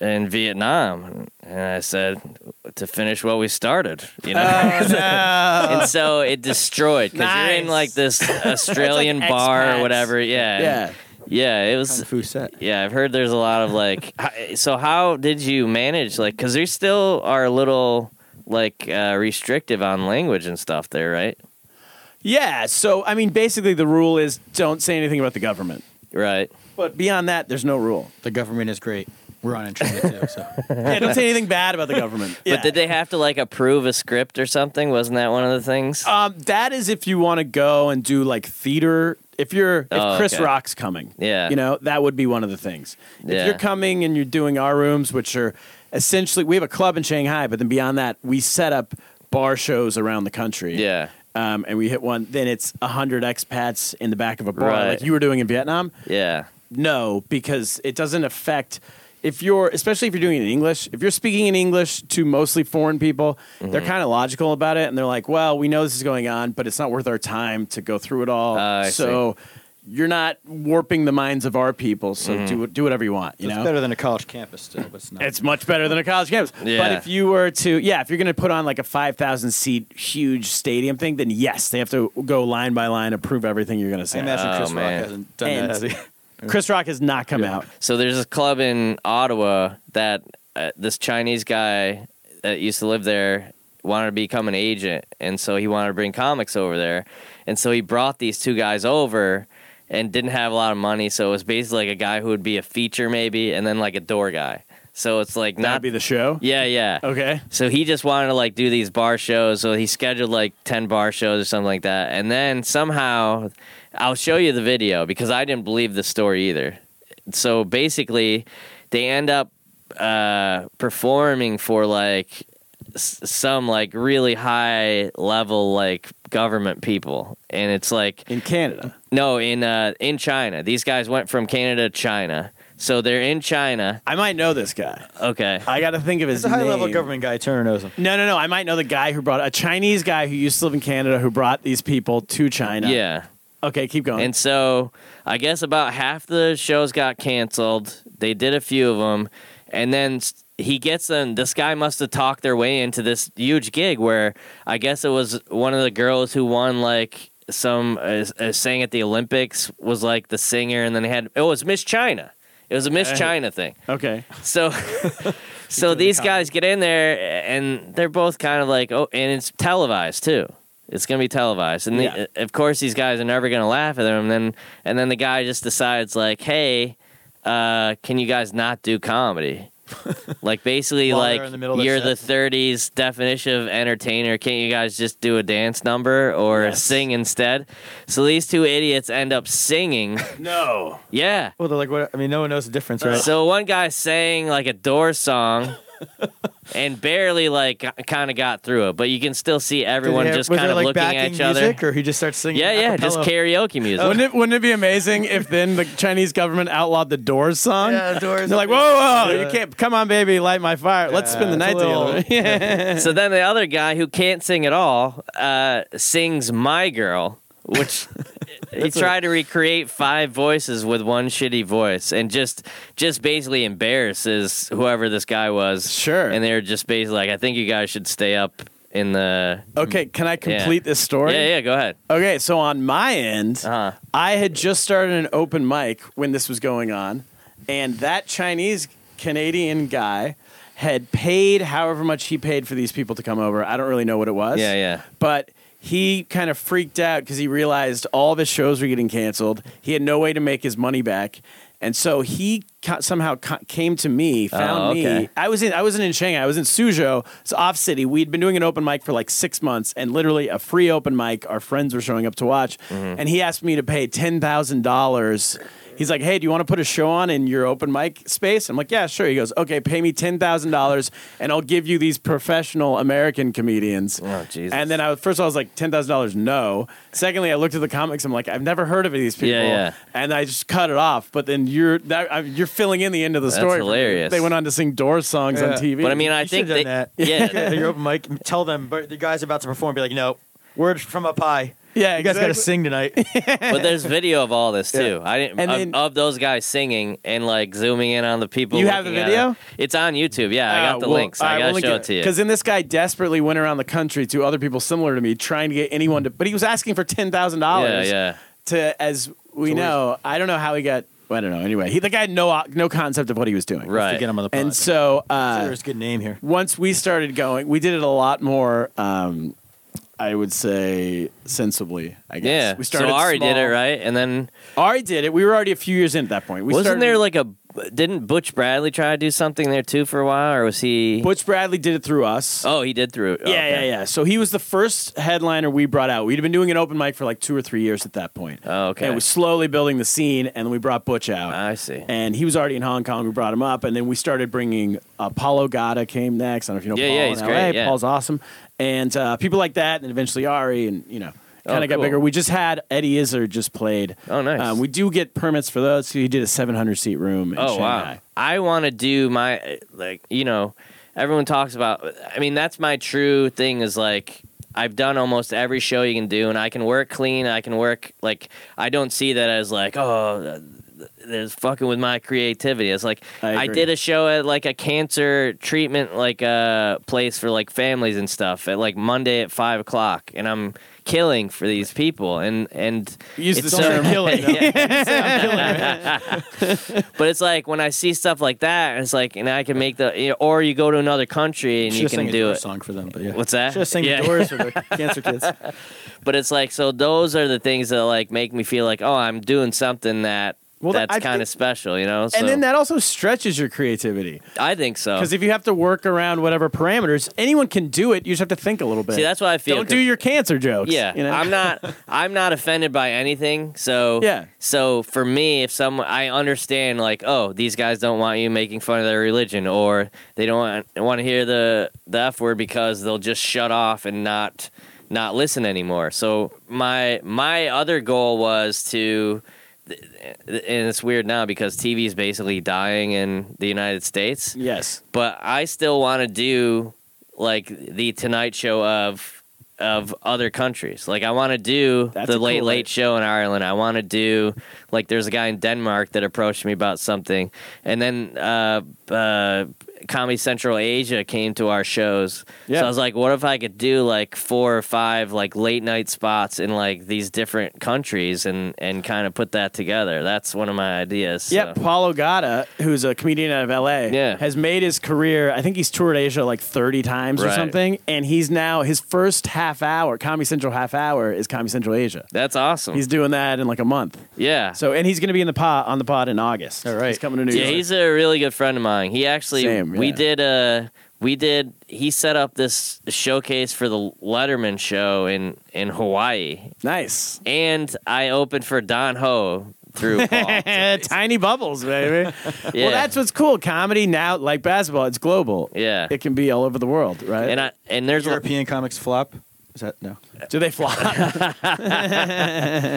in Vietnam, and I said to finish what we started, you know.
Oh,
and so it destroyed because you're in
Nice.
like this Australian bar
expats.
or whatever. Yeah,
Yeah.
yeah. It was
Kung Fu set.
yeah, I've heard there's a lot of like. hi- so how did you manage? Like, because they still are a little like uh, restrictive on language and stuff there, right?
Yeah. So I mean, basically, the rule is don't say anything about the government.
Right.
But beyond that, there's no rule.
The government is great. We're on Enchanted too. So
yeah, don't say anything bad about the government. Yeah.
But did they have to like approve a script or something? Wasn't that one of the things?
Um, that is if you want to go and do like theater. If you're if
Oh,
Chris
okay.
Rock's coming,
Yeah.
you know that would be one of the things. If
Yeah.
you're coming and you're doing our rooms, which are essentially we have a club in Shanghai, but then beyond that, we set up bar shows around the country.
Yeah.
Um, and we hit one. Then it's hundred expats in the back of a bar,
Right.
like you were doing in Vietnam.
yeah.
No, because it doesn't affect if you're especially if you're doing it in English, if you're speaking in English to mostly foreign people, they're
Mm-hmm.
kind of logical about it and they're like, "Well, we know this is going on, but it's not worth our time to go through it all."
Ah, I
so you're not warping the minds of our people, so
Mm-hmm.
do do whatever you want, you
it's
know?
better than a college campus still, but it's not.
It's much better than a college campus. But
Yeah.
if you were to, yeah, if you're going to put on like a 5,000 seat huge stadium thing, then yes, they have to go line by line, approve everything you're going to
I
say.
imagine
Oh,
Chris
man.
Rock hasn't done
And
that. has he?
Chris Rock has not come out.
So there's this club in Ottawa that uh, this Chinese guy that used to live there wanted to become an agent, and so he wanted to bring comics over there, and so he brought these two guys over. And didn't have a lot of money, so it was basically like a guy who would be a feature maybe, and then like a door guy. So it's like
That'd
not
be the show.
yeah, yeah.
Okay.
So he just wanted to like do these bar shows. So he scheduled like 10 bar shows or something like that. And then somehow, I'll show you the video because I didn't believe the story either. So basically, they end up uh, performing for like s- some like really high level like government people. And it's like
In Canada.
no, in uh, in China. These guys went from Canada to China. So they're in China.
I might know this guy.
Okay.
I got to think of his
It's a high level
name.
government guy. Turner knows him.
No, no, no. I might know the guy who brought a Chinese guy who used to live in Canada who brought these people to China.
Yeah.
Okay, keep going.
And so I guess about half the shows got canceled. They did a few of them. And then s- he gets them. This guy must have talked their way into this huge gig where I guess it was one of the girls who won, like, some uh, uh, sang at the Olympics was like the singer. And then they had, oh, it was Miss China. It was a Miss
Hey.
China thing.
okay.
So, so these guys get in there, and they're both kind of like, oh, and it's televised too. It's gonna be televised, and the-
Yeah.
of course these guys are never gonna laugh at them. And then, and then the guy just decides like, hey, uh, can you guys not do comedy? like basically,
While they're
like
in the middle of their
you're
set.
the '30s definition of entertainer. Can't you guys just do a dance number or
Yes.
sing instead? So these two idiots end up singing.
No.
yeah.
Well, they're like, what? I mean, no one knows the difference, right?
So one guy sang like a door song and barely like kind of got through it, but you can still see
Did they
everyone
have-
just
was
kind
there,
of
like,
looking at
backing
each
music,
other.
Or he just starts singing.
Yeah,
a
yeah, just
cappella?
karaoke music.
Oh.
Wouldn't it, wouldn't it be amazing if then the Chinese government outlawed the Doors song?
Yeah, the Doors.
They're like, whoa, whoa,
Yeah.
you can't, come on, baby, light my fire. Let's spend the night
Yeah, it's a little-
together. Yeah.
so then the other guy who can't sing at all uh, sings "My Girl," which he tried to recreate five voices with one shitty voice, and just just basically embarrasses whoever this guy was.
Sure.
and they're just basically like, "I think you guys should stay up in the."
Okay, can I complete this story?
Yeah, yeah, go ahead.
Okay, so on my end,
Uh-huh.
I had just started an open mic when this was going on, and that Chinese Canadian guy had paid however much he paid for these people to come over. I don't really know what it was.
Yeah, yeah.
But he kind of freaked out because he realized all of his shows were getting canceled. He had no way to make his money back. And so he co- somehow co- came to me, found
Oh,
me.
okay.
I was in I wasn't in Shanghai. I was in Suzhou. It's off city. We'd been doing an open mic for like six months, and literally a free open mic. Our friends were showing up to watch,
Mm-hmm.
and he asked me to pay ten thousand dollars. He's like, "Hey, do you want to put a show on in your open mic space?" I'm like, "Yeah, sure." He goes, "Okay, pay me ten thousand dollars, and I'll give you these professional American comedians."
Oh, Jesus.
And then I was, first of all, I was like, ten thousand dollars, no. Secondly, I looked at the comics. I'm like, I've never heard of these people,
Yeah, yeah.
and I just cut it off. But then you're that, I, you're filling in the end of the
That's
story.
hilarious.
They went on to sing Doors songs on
Yeah.
TV.
But I mean, I
You
think
should've
they,
done that.
yeah,
At your open mic, tell them, but the guy's about to perform. Be like, no, word from up high.
yeah,
You guys got to
exactly.
sing tonight.
but there's video of all this too. I didn't
And
of,
then-
of those guys singing and like zooming in on the people.
You have the
looking at
video? Oh,
it. It's on YouTube. Yeah, I got the link, so I gotta show it to you.
Because then this guy desperately went around the country to other people similar to me, trying to get anyone to. But he was asking for ten thousand
yeah,
dollars.
yeah.
To as we know, I don't know how he got. well, I don't know. Anyway, he the guy had no no concept of what he was doing.
Right.
Get him on the pod.
And so. Uh,
there's a good name here.
once we started going, we did it a lot more. Um, I would say sensibly. I guess.
Yeah.
We started.
so Ari did
small.
it right, and then
Ari did it. We were already a few years in at that point. We
wasn't
started-
there like a didn't Butch Bradley try to do something there too for a while, or was he?
Butch Bradley did it through us.
oh, he did through.
Yeah, yeah, yeah. So he was the first headliner we brought out. We'd been doing an open mic for like two or three years at that point.
Oh, okay.
And it was slowly building the scene, and then we brought Butch out.
I see.
And he was already in Hong Kong. We brought him up, and then we started bringing Apollo Gada came next. I don't know if you know
Yeah,
Paul
yeah,
in
he's
LA.
great, yeah.
Paul's awesome, and uh, people like that, and eventually Ari, and you know. Kind of got
Oh, cool.
bigger. We just had Eddie Izzard just played.
Oh, nice.
Um, we do get permits for those. So he did a 700 seat room. In
Oh
Shanghai.
wow! I want to do my like you know, everyone talks about. I mean, that's my true thing is like I've done almost every show you can do, and I can work clean. I can work like I don't see that as like oh. There's fucking with my creativity. It's like
I
I,
agree.
did a show at like a cancer treatment like uh, place for like families and stuff at like Monday at five o'clock, and I'm killing for these people. And and
Use
it's
the term
so-
killing. though.
but it's like when I see stuff like that, it's like, and I can make the, you know, or you go to another country and you
Should've sang
can
a
do
Doors
it.
song for them, but yeah.
What's that?
Should have sang
Yeah.
the Doors for the cancer kids.
But it's like, so those are the things that like make me feel like, oh, I'm doing something that
Well, th- I
that's kind
think-
of special, you know. so,
And then that also stretches your creativity.
I think so.
Because if you have to work around whatever parameters, anyone can do it. You just have to think a little bit.
See, that's what I feel.
Don't
'cause-
do your cancer jokes.
Yeah,
you know?
I'm not. I'm not offended by anything. So
Yeah.
So for me, if someone, I understand like, oh, these guys don't want you making fun of their religion, or they don't want, want to hear the the f word because they'll just shut off and not not listen anymore. So my my other goal was to. And it's weird now because TV is basically dying in the United States
Yes.
but I still want to do like the Tonight Show of of other countries. Like I want to do
That's a
the
cool
Late
idea.
Late Show in Ireland. I want to do like there's a guy in Denmark that approached me about something, and then uh, uh, Comedy Central Asia came to our shows.
Yeah.
So I was like, what if I could do like four or five like late night spots in like these different countries and and kind of put that together. That's one of my ideas. So.
Yeah, Paulo Gada, who's a comedian out of LA,
Yeah.
has made his career. I think he's toured Asia like 30 times or
Right.
something. And he's now, his first half hour, Comedy Central half hour, is Comedy Central Asia.
That's awesome.
He's doing that in like a month.
yeah.
So, and he's going to be in the pod, on the pod in August. All
right.
He's coming to New
Yeah,
York.
he's a really good friend of mine. He actually
Same,
we
yeah.
did a we did he set up this showcase for the Letterman show in in Hawaii,
nice.
and I opened for Don Ho through Paul. yeah,
Eh, Tiny bubbles, baby. Well, that's what's cool. Comedy now, like basketball, it's global.
yeah.
It can be all over the world, right?
And I and there's a,
European comics flop. Is that no?
Do they fly?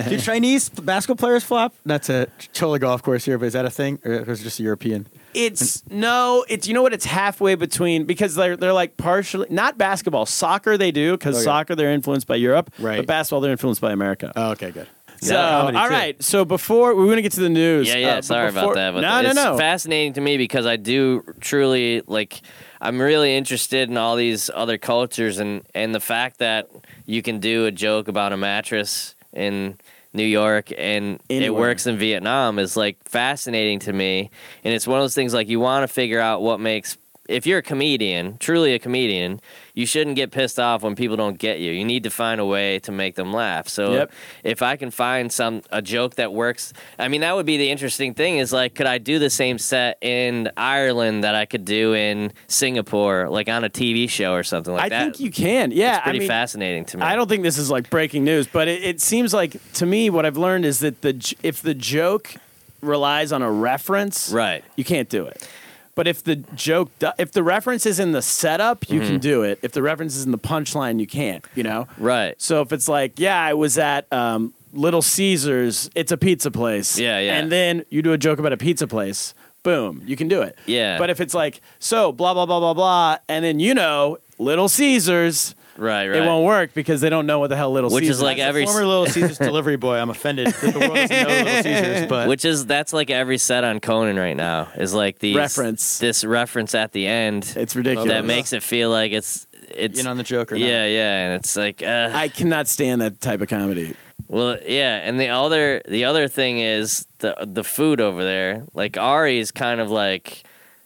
Do Chinese basketball players flop? That's a totally golf course here, but is that a thing, or is it just a European?
it's no. It's you know what? It's halfway between because they're they're like partially not basketball, soccer they do because
Okay.
soccer they're influenced by Europe,
Right.
But basketball they're influenced by America.
Oh, okay, good.
so
Yeah,
all
comedy, too.
right. So before we're gonna get to the news.
yeah, yeah.
uh, but
sorry
before-
about that. But
no,
it's
no, no.
Fascinating to me because I do truly like. I'm really interested in all these other cultures and and the fact that you can do a joke about a mattress in New York and it
Anywhere.
works in Vietnam is like fascinating to me. And it's one of those things like you want to figure out what makes. If you're a comedian, truly a comedian, you shouldn't get pissed off when people don't get you. You need to find a way to make them laugh. So
Yep.
if I can find some a joke that works, I mean that would be the interesting thing is like could I do the same set in Ireland that I could do in Singapore like on a TV show or something like
I
that?
think you can. Yeah,
it's pretty
I mean,
fascinating to me.
I don't think this is like breaking news, but it, it seems like to me what I've learned is that the j- if the joke relies on a reference,
Right.
you can't do it. But if the joke, do- if the reference is in the setup, you
Mm-hmm.
can do it. If the reference is in the punchline, you can't. You know.
Right.
So if it's like, yeah, I was at um, Little Caesars, it's a pizza place.
Yeah, yeah.
And then you do a joke about a pizza place. Boom, you can do it.
Yeah.
But if it's like, so blah blah blah blah blah, and then you know, Little Caesars,
Right, right.
it won't work because they don't know what the hell Little
Which is
Caesars
like every
Former Little Caesars delivery boy. I'm offended that the world doesn't know Little Caesars, but
which is that's like every set on Conan right now is like the
Reference.
this reference at the end
It's ridiculous.
that makes it feel like it's it's
in on the Joker.
yeah yeah and it's like uh,
I cannot stand that type of comedy.
Well, yeah, and the other the other thing is the the food over there. Like Ari's kind of like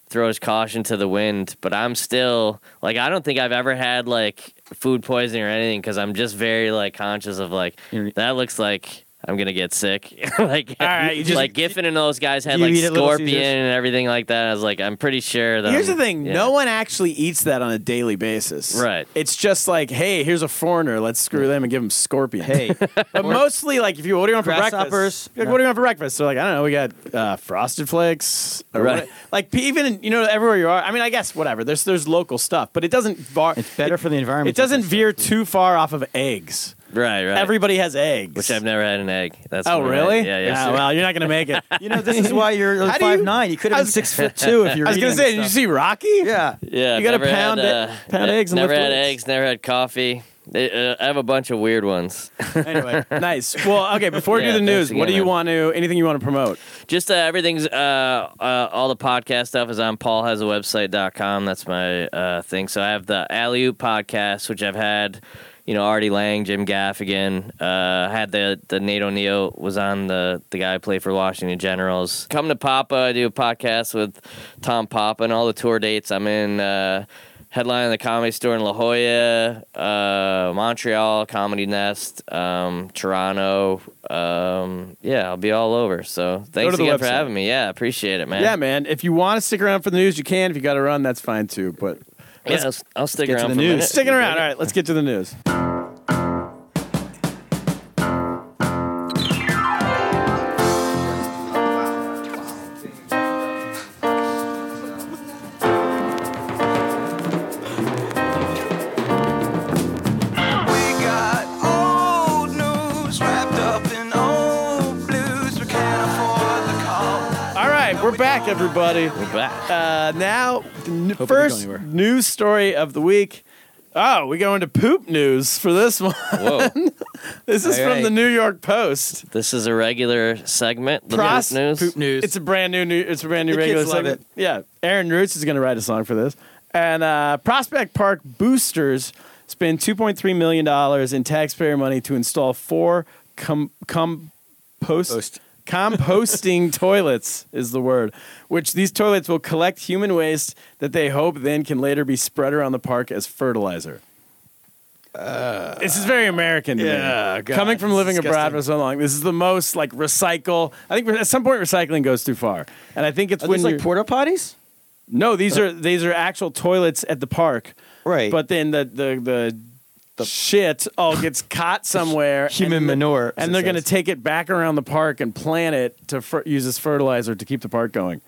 throws caution to the wind, but I'm still like I don't think I've ever had like food poisoning or anything because I'm just very like conscious of like that looks like I'm gonna get sick. like,
All right, you just-
like Giffen and those guys had
You
like
eat at Little
scorpion
Caesars.
and everything like that. I was like, I'm pretty sure that.
Here's the
I'm-
thing:
Um, yeah.
no one actually eats that on a daily basis.
Right.
It's just like, hey, here's a foreigner. Let's screw them and give them scorpion. Hey. but mostly, like, if you what do you want for
Grasshoppers.
breakfast? You're Like, What do you want for breakfast? They're like, I don't know. We got uh, frosted flakes. or
Right.
what- Like p- even you know everywhere you are. I mean, I guess whatever. There's there's local stuff, but it doesn't. Var-
It's better
it,
for the environment.
It doesn't veer too far off of eggs.
Right, right.
Everybody has eggs.
Which I've never had an egg. That's
Oh
what I-
really?
Yeah, yeah.
Ah, well, you're not gonna make it.
You know, this is why you're like
How do you-
five nine. You could
I
have been
was-
six foot two if you're.
I was gonna
eating
say, did
this
you
stuff.
see Rocky?
Yeah.
Yeah,
You gotta
I've never
pound
had,
it-
uh,
pound
ne-
eggs and
Never
lift
had
weights.
eggs. Never had coffee. They- uh, I have a bunch of weird ones.
Anyway, nice. Well, okay. Before we
Yeah,
do the news,
thanks
what do
again,
you
man.
want to? Anything you want to promote?
Just uh, everything's uh, uh, all the podcast stuff is on paulhasawebsite.com. That's my uh, thing. So I have the Alley Oop podcast, which I've had, you know, Artie Lang, Jim Gaffigan. Uh, I had the the Nate O'Neill was on the the guy who played for Washington Generals. Come to Papa, I do a podcast with Tom Papa and all the tour dates. I'm in. Uh, Headline of the Comedy Store in La Jolla, uh, Montreal, Comedy Nest, um, Toronto. Um, yeah, I'll be all over. So thanks
to the
again for
website.
having me. Yeah, appreciate it, man.
Yeah, man. If you want to stick around for the news, you can. If you got to run, that's fine too. But
Yeah, I'll, I'll stick
get to
around
the
for a
news.
minute.
sticking around. All right, let's get to the news.
We got old news wrapped up in old blues. We can't afford the call.
All right, we're back, everybody.
We're back.
Uh, now, the n-
go
first
anywhere.
news story of the week. Oh, we go into poop news for this one.
Whoa.
this is
All
from
right.
the New York Post.
this is a regular segment. The
Pros-
poop news.
Poop news.
It's a brand new, new it's a brand new
The kids
regular
love
segment. Yeah, Aaron Roots is going to write a song for this. And uh, Prospect Park boosters spend 2.3 million dollars in taxpayer money to install four com- compost
Post.
composting toilets is the word, which these toilets will collect human waste that they hope then can later be spread around the park as fertilizer. This is very American to
Uh, Yeah,
me.
God,
Coming from living
disgusting.
abroad for so long, this is the most like recycle. I think at some point recycling goes too far, and I think it's
Are
when
these like
you're-
porta potties?
no, these are these are actual toilets at the park,
Right.
but then the the the, shit all gets caught somewhere.
human
and the-
manure, as
and
it
they're going to
says.
take it back around the park and plant it to fer- use as fertilizer to keep the park going.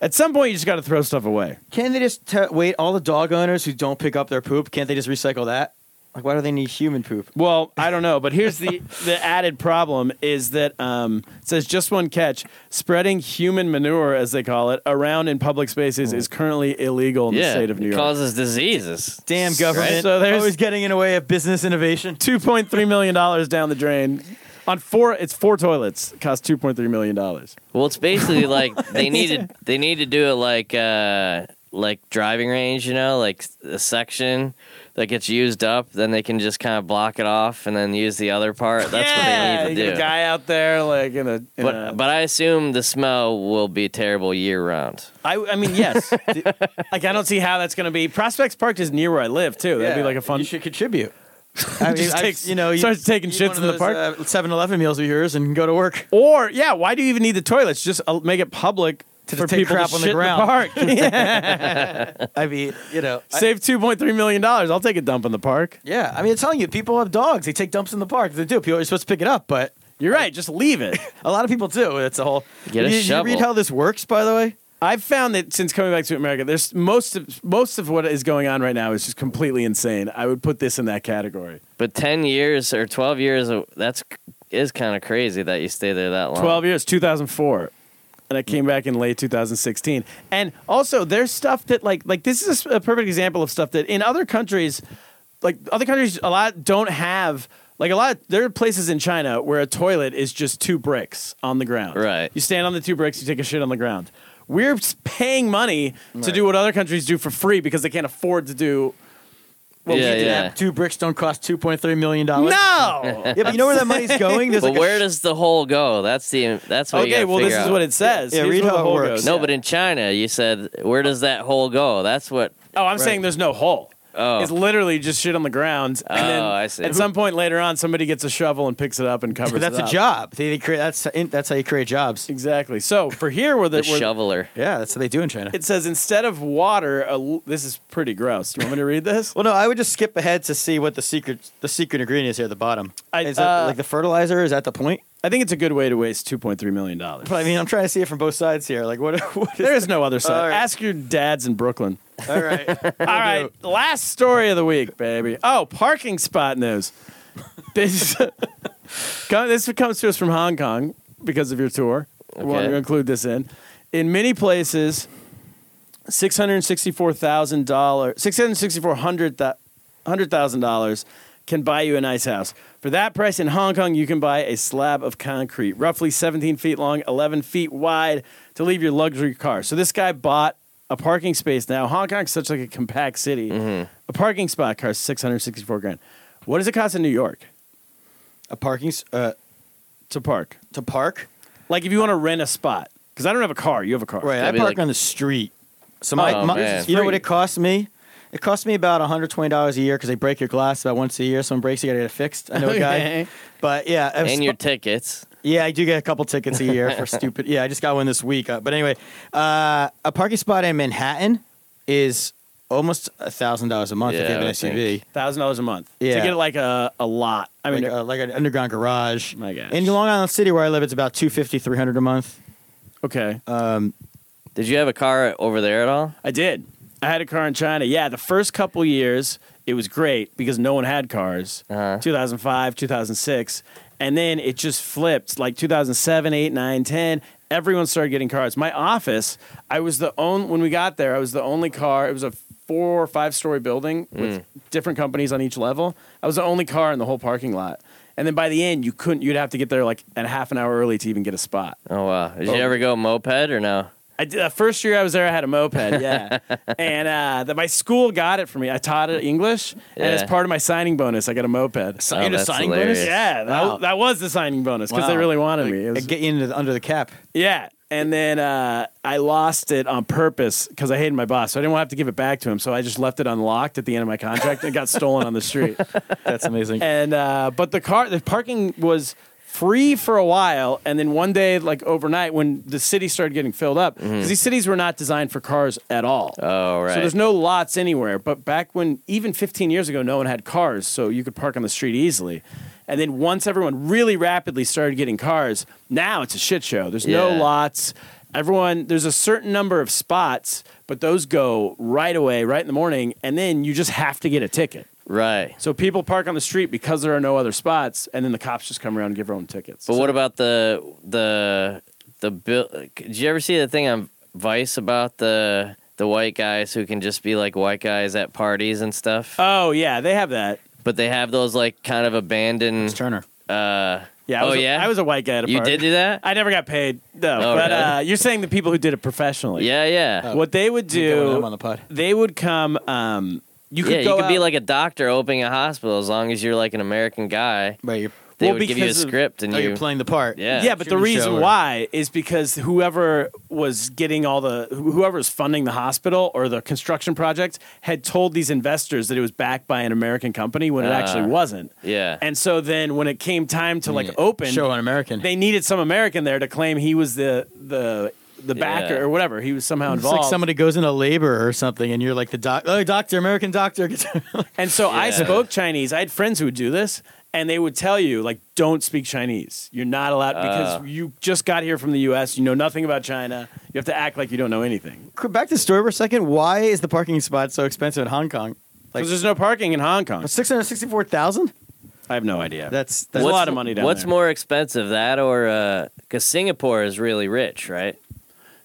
At some point, you just got to throw stuff away.
Can they just t- wait? All the dog owners who don't pick up their poop, can't they just recycle that? Like, why do they need human poop?
Well, I don't know, but here's the the added problem is that um, it says just one catch: spreading human manure, as they call it, around in public spaces is currently illegal in
yeah,
the state of New
it
York.
causes diseases.
Damn government!
Right, so there's-
always getting in the way of business innovation.
two point three million dollars down the drain. On four, it's four toilets. Cost two point three million dollars.
Well, it's basically like they needed they need to do it like uh like driving range, you know, like a section that gets used up, then they can just kind of block it off and then use the other part. That's what they need to
A
do.
guy out there, like in a. in a-
But but I assume the smell will be terrible year round.
I, I mean, yes. like I don't see how that's going to be. Prospects Park is near where I live too. That'd be like a fun.
You should contribute. I mean,
Just
I've-
takes-
you know, you
starts taking shits in the park.
uh, Seven Eleven meals of yours and go to work.
Or yeah, why do you even need the toilets? Just uh, make it public
To
for
just take
people
crap
to
on the
shit
ground.
In the park. Yeah.
I mean, you know, I-
Save two point three million dollars. I'll take a dump in the park.
yeah. I mean, I'm telling you, people have dogs. They take dumps in the park. They do. People are supposed to pick it up, but
You're right. Just leave it.
a lot of people do. That's a whole.
Get a
Did you,
shovel.
read how this works, by the way?
I've found that since coming back to America, there's most of most of what is going on right now is just completely insane. I would put this in that category.
But ten years or twelve years uh, that's is kind of crazy that you stay there that long.
Twelve years, 2004, and I came back in late 2016. And also, there's stuff that like like this is a s- a perfect example of stuff that in other countries, like other countries, a lot don't have. Like a lot, there are places in China where a toilet is just two bricks on the ground.
Right.
You stand on the two bricks, you take a shit on the ground. We're s- paying money to do what other countries do for free because they can't afford to do
Well,
Yeah,
we did
yeah.
that. Two bricks don't cost two point three million dollars.
No.
Yeah, but you know where that money's going? There's
But
like a
where does the hole go? That's the that's what you
okay,
gotta
well, this
figure
is
out.
what it says.
Yeah,
Here's
read
where
how
the
it
hole
works.
goes.
No, but in China, you said where does that hole go? That's what
oh, I'm saying there's no hole.
Oh.
It's literally just shit on the ground. And then
Oh, I see.
At some point later on, somebody gets a shovel and picks it up and covers
But that's
it
a
up.
job. They, they create, that's that's how you create jobs.
Exactly. So for here, where the,
the
where-
shoveler.
Yeah, that's what they do in China.
it says instead of water, a l this is pretty gross. Do you want me to read this?
Well, no, I would just skip ahead to see what the secret the secret ingredient is here at the bottom.
I-
is that
uh,
like the fertilizer? Is that the point?
I think it's a good way to waste two point three million dollars.
But I mean, I'm trying to see it from both sides here. Like, what? what is,
There is no other side.
All right.
Ask your dads in Brooklyn.
all right.
All right, last story of the week, baby. Oh, parking spot news. This come- this comes to us from Hong Kong because of your tour. I wanted
Okay.
to include this in. In many places, six hundred sixty-four thousand dollars, six hundred sixty-four hundred hundred thousand dollars can buy you a nice house. For that price in Hong Kong, you can buy a slab of concrete, roughly 17 feet long, 11 feet wide, to leave your luxury car. So this guy bought a parking space. Now Hong Kong's such like a compact city.
Mm-hmm.
A parking spot costs 664 grand. What does it cost in New York
A parking s- uh,
to park?
to park.
Like if you want to rent a spot, because I don't have a car, you have a car.
Right. I
That'd
park
be like-
on the street. So
Oh,
my, my-
man.
you know what it cost me? It cost me about $120 a year because they break your glass about once a year. Someone breaks, you got to get it fixed. I know a guy. but yeah, I was-
And your tickets.
yeah, I do get a couple tickets a year for stupid. Yeah, I just got one this week. Uh, but anyway, uh, a parking spot in Manhattan is almost $1,000 a month if
Yeah,
you have
I
an
would
SUV.
Thousand dollars a month to
Yeah.
get like a a lot. I mean,
like, uh, like an underground garage.
My gosh.
In Long Island City, where I live, it's about 250 300 a month.
okay,
Did you have a car over there at all?
I did. I had a car in China. Yeah, the first couple years it was great because no one had cars.
Uh-huh.
2005, 2006, and then it just flipped. Like 2007, 8, 9, 10, everyone started getting cars. My office, I was the only when we got there, I was the only car. It was a four or five story building with different companies on each level. I was the only car in the whole parking lot. And then by the end, you couldn't. You'd have to get there like a half an hour early to even get a spot.
Oh wow. Did you ever go moped or no?
I did, the first year I was there, I had a moped. Yeah, and uh, the, my school got it for me. I taught it English, and as
Yeah.
part of my signing bonus, I got a moped.
Oh,
you had a
that's
signing
hilarious.
Yeah, that,
Wow.
that was the signing bonus because they
Wow.
really wanted me. It was-
It'd get you into the, under the cap.
yeah, and then uh, I lost it on purpose because I hated my boss, so I didn't want to have to give it back to him. So I just left it unlocked at the end of my contract and it got stolen on the street.
That's amazing.
And uh, but the car, the parking was free for a while, and then one day, like overnight, when the city started getting filled up, because these cities were not designed for cars at all.
Mm-hmm. Oh right.
So there's no lots anywhere. But back when, even 15 years ago, no one had cars, so you could park on the street easily. And then once everyone really rapidly started getting cars, now it's a shit show. There's no
Yeah.
lots. Everyone, there's a certain number of spots, but those go right away, right in the morning, and then you just have to get a ticket.
right.
So people park on the street because there are no other spots, and then the cops just come around and give everyone tickets.
But what about the the the bill? Did you ever see the thing on Vice about the the white guys who can just be like white guys at parties and stuff?
oh yeah, they have that.
but they have those like kind of abandoned.
Turner.
Uh,
Yeah, I
oh
was a-
yeah,
I was a white guy at a
you
party.
did do that?
I never got paid though.
Oh,
but
really?
uh, you're saying the people who did it professionally.
yeah, yeah,
What they would
Dude.
do, they would come. Um, you could
yeah. You
go
could be
out-
like a doctor opening a hospital as long as you're like an American guy.
Right. You're,
They
Well,
would give you a
because of-
script and
oh,
you.
you're playing the part.
Yeah.
yeah, but the
shooting
reason
show or-
why is because whoever was getting all the wh- whoever's funding the hospital or the construction project had told these investors that it was backed by an American company when it actually
Ah.
wasn't.
yeah.
And so then when it came time to like
Yeah.
open,
Show on American.
they needed some American there to claim he was the the the backer
Yeah.
or whatever. He was somehow
it's
involved.
like somebody goes into labor or something, and you're like the doc. Oh, doctor, American doctor.
And so I
Yeah.
spoke Chinese. I had friends who would do this, and they would tell you, like, don't speak Chinese. You're not allowed because
Oh.
you just got here from the US. You know nothing about China. You have to act like you don't know anything.
Back to the story for a second. Why is the parking spot so expensive in Hong Kong?
Because there's no parking in Hong Kong.
Six hundred sixty-four thousand.
I have no idea.
That's
There's
that's
a lot of money down
What's
there.
more expensive, that or because Singapore is really rich, right?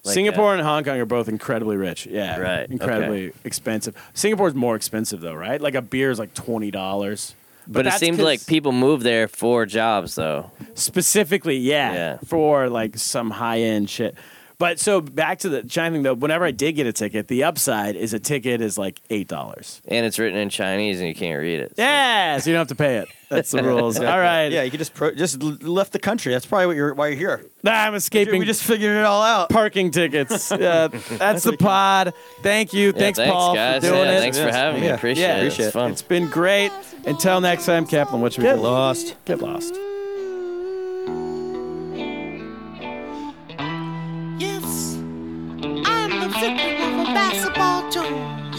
Like,
Singapore and Hong Kong are both incredibly rich. Yeah.
Right,
Incredibly expensive. Singapore's more expensive, though, right? Like, a beer is like $20.
uh, But, it
that's
seems
'cause-
like people move there for jobs, though.
specifically, yeah,
Yeah.
for like some high end shit. But so back to the China thing though. Whenever I did get a ticket, the upside is a ticket is like eight dollars.
and it's written in Chinese and you can't read it. so-
Yeah, so you don't have to pay it. That's the rules. All right.
Yeah, you could just pro- just l- left the country. That's probably what you're why you're here.
Nah, I'm escaping.
We just figured it all out.
parking tickets. Yeah, that's the pod. Thank you.
Yeah,
thanks,
thanks
Paul,
guys.
for doing
yeah,
it.
Thanks for having me.
Yeah.
Appreciate
Yeah,
it.
appreciate
It's
it.
fun.
It's been great. Until next time, Kaplan, what should we
Get
do?
lost.
Get lost.
Yes, I'm the victim of a basketball Jones.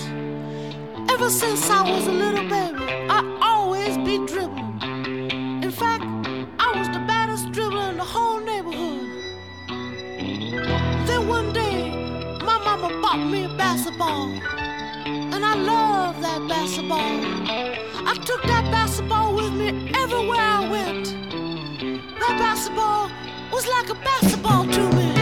Ever since I was a little baby, I always be dribbling. In fact, I was the baddest dribbler in the whole neighborhood. Then one day, my mama bought me a basketball. And I love that basketball. I took that basketball with me everywhere I went. That basketball was like a basketball to me. Oh, Oh, Oh,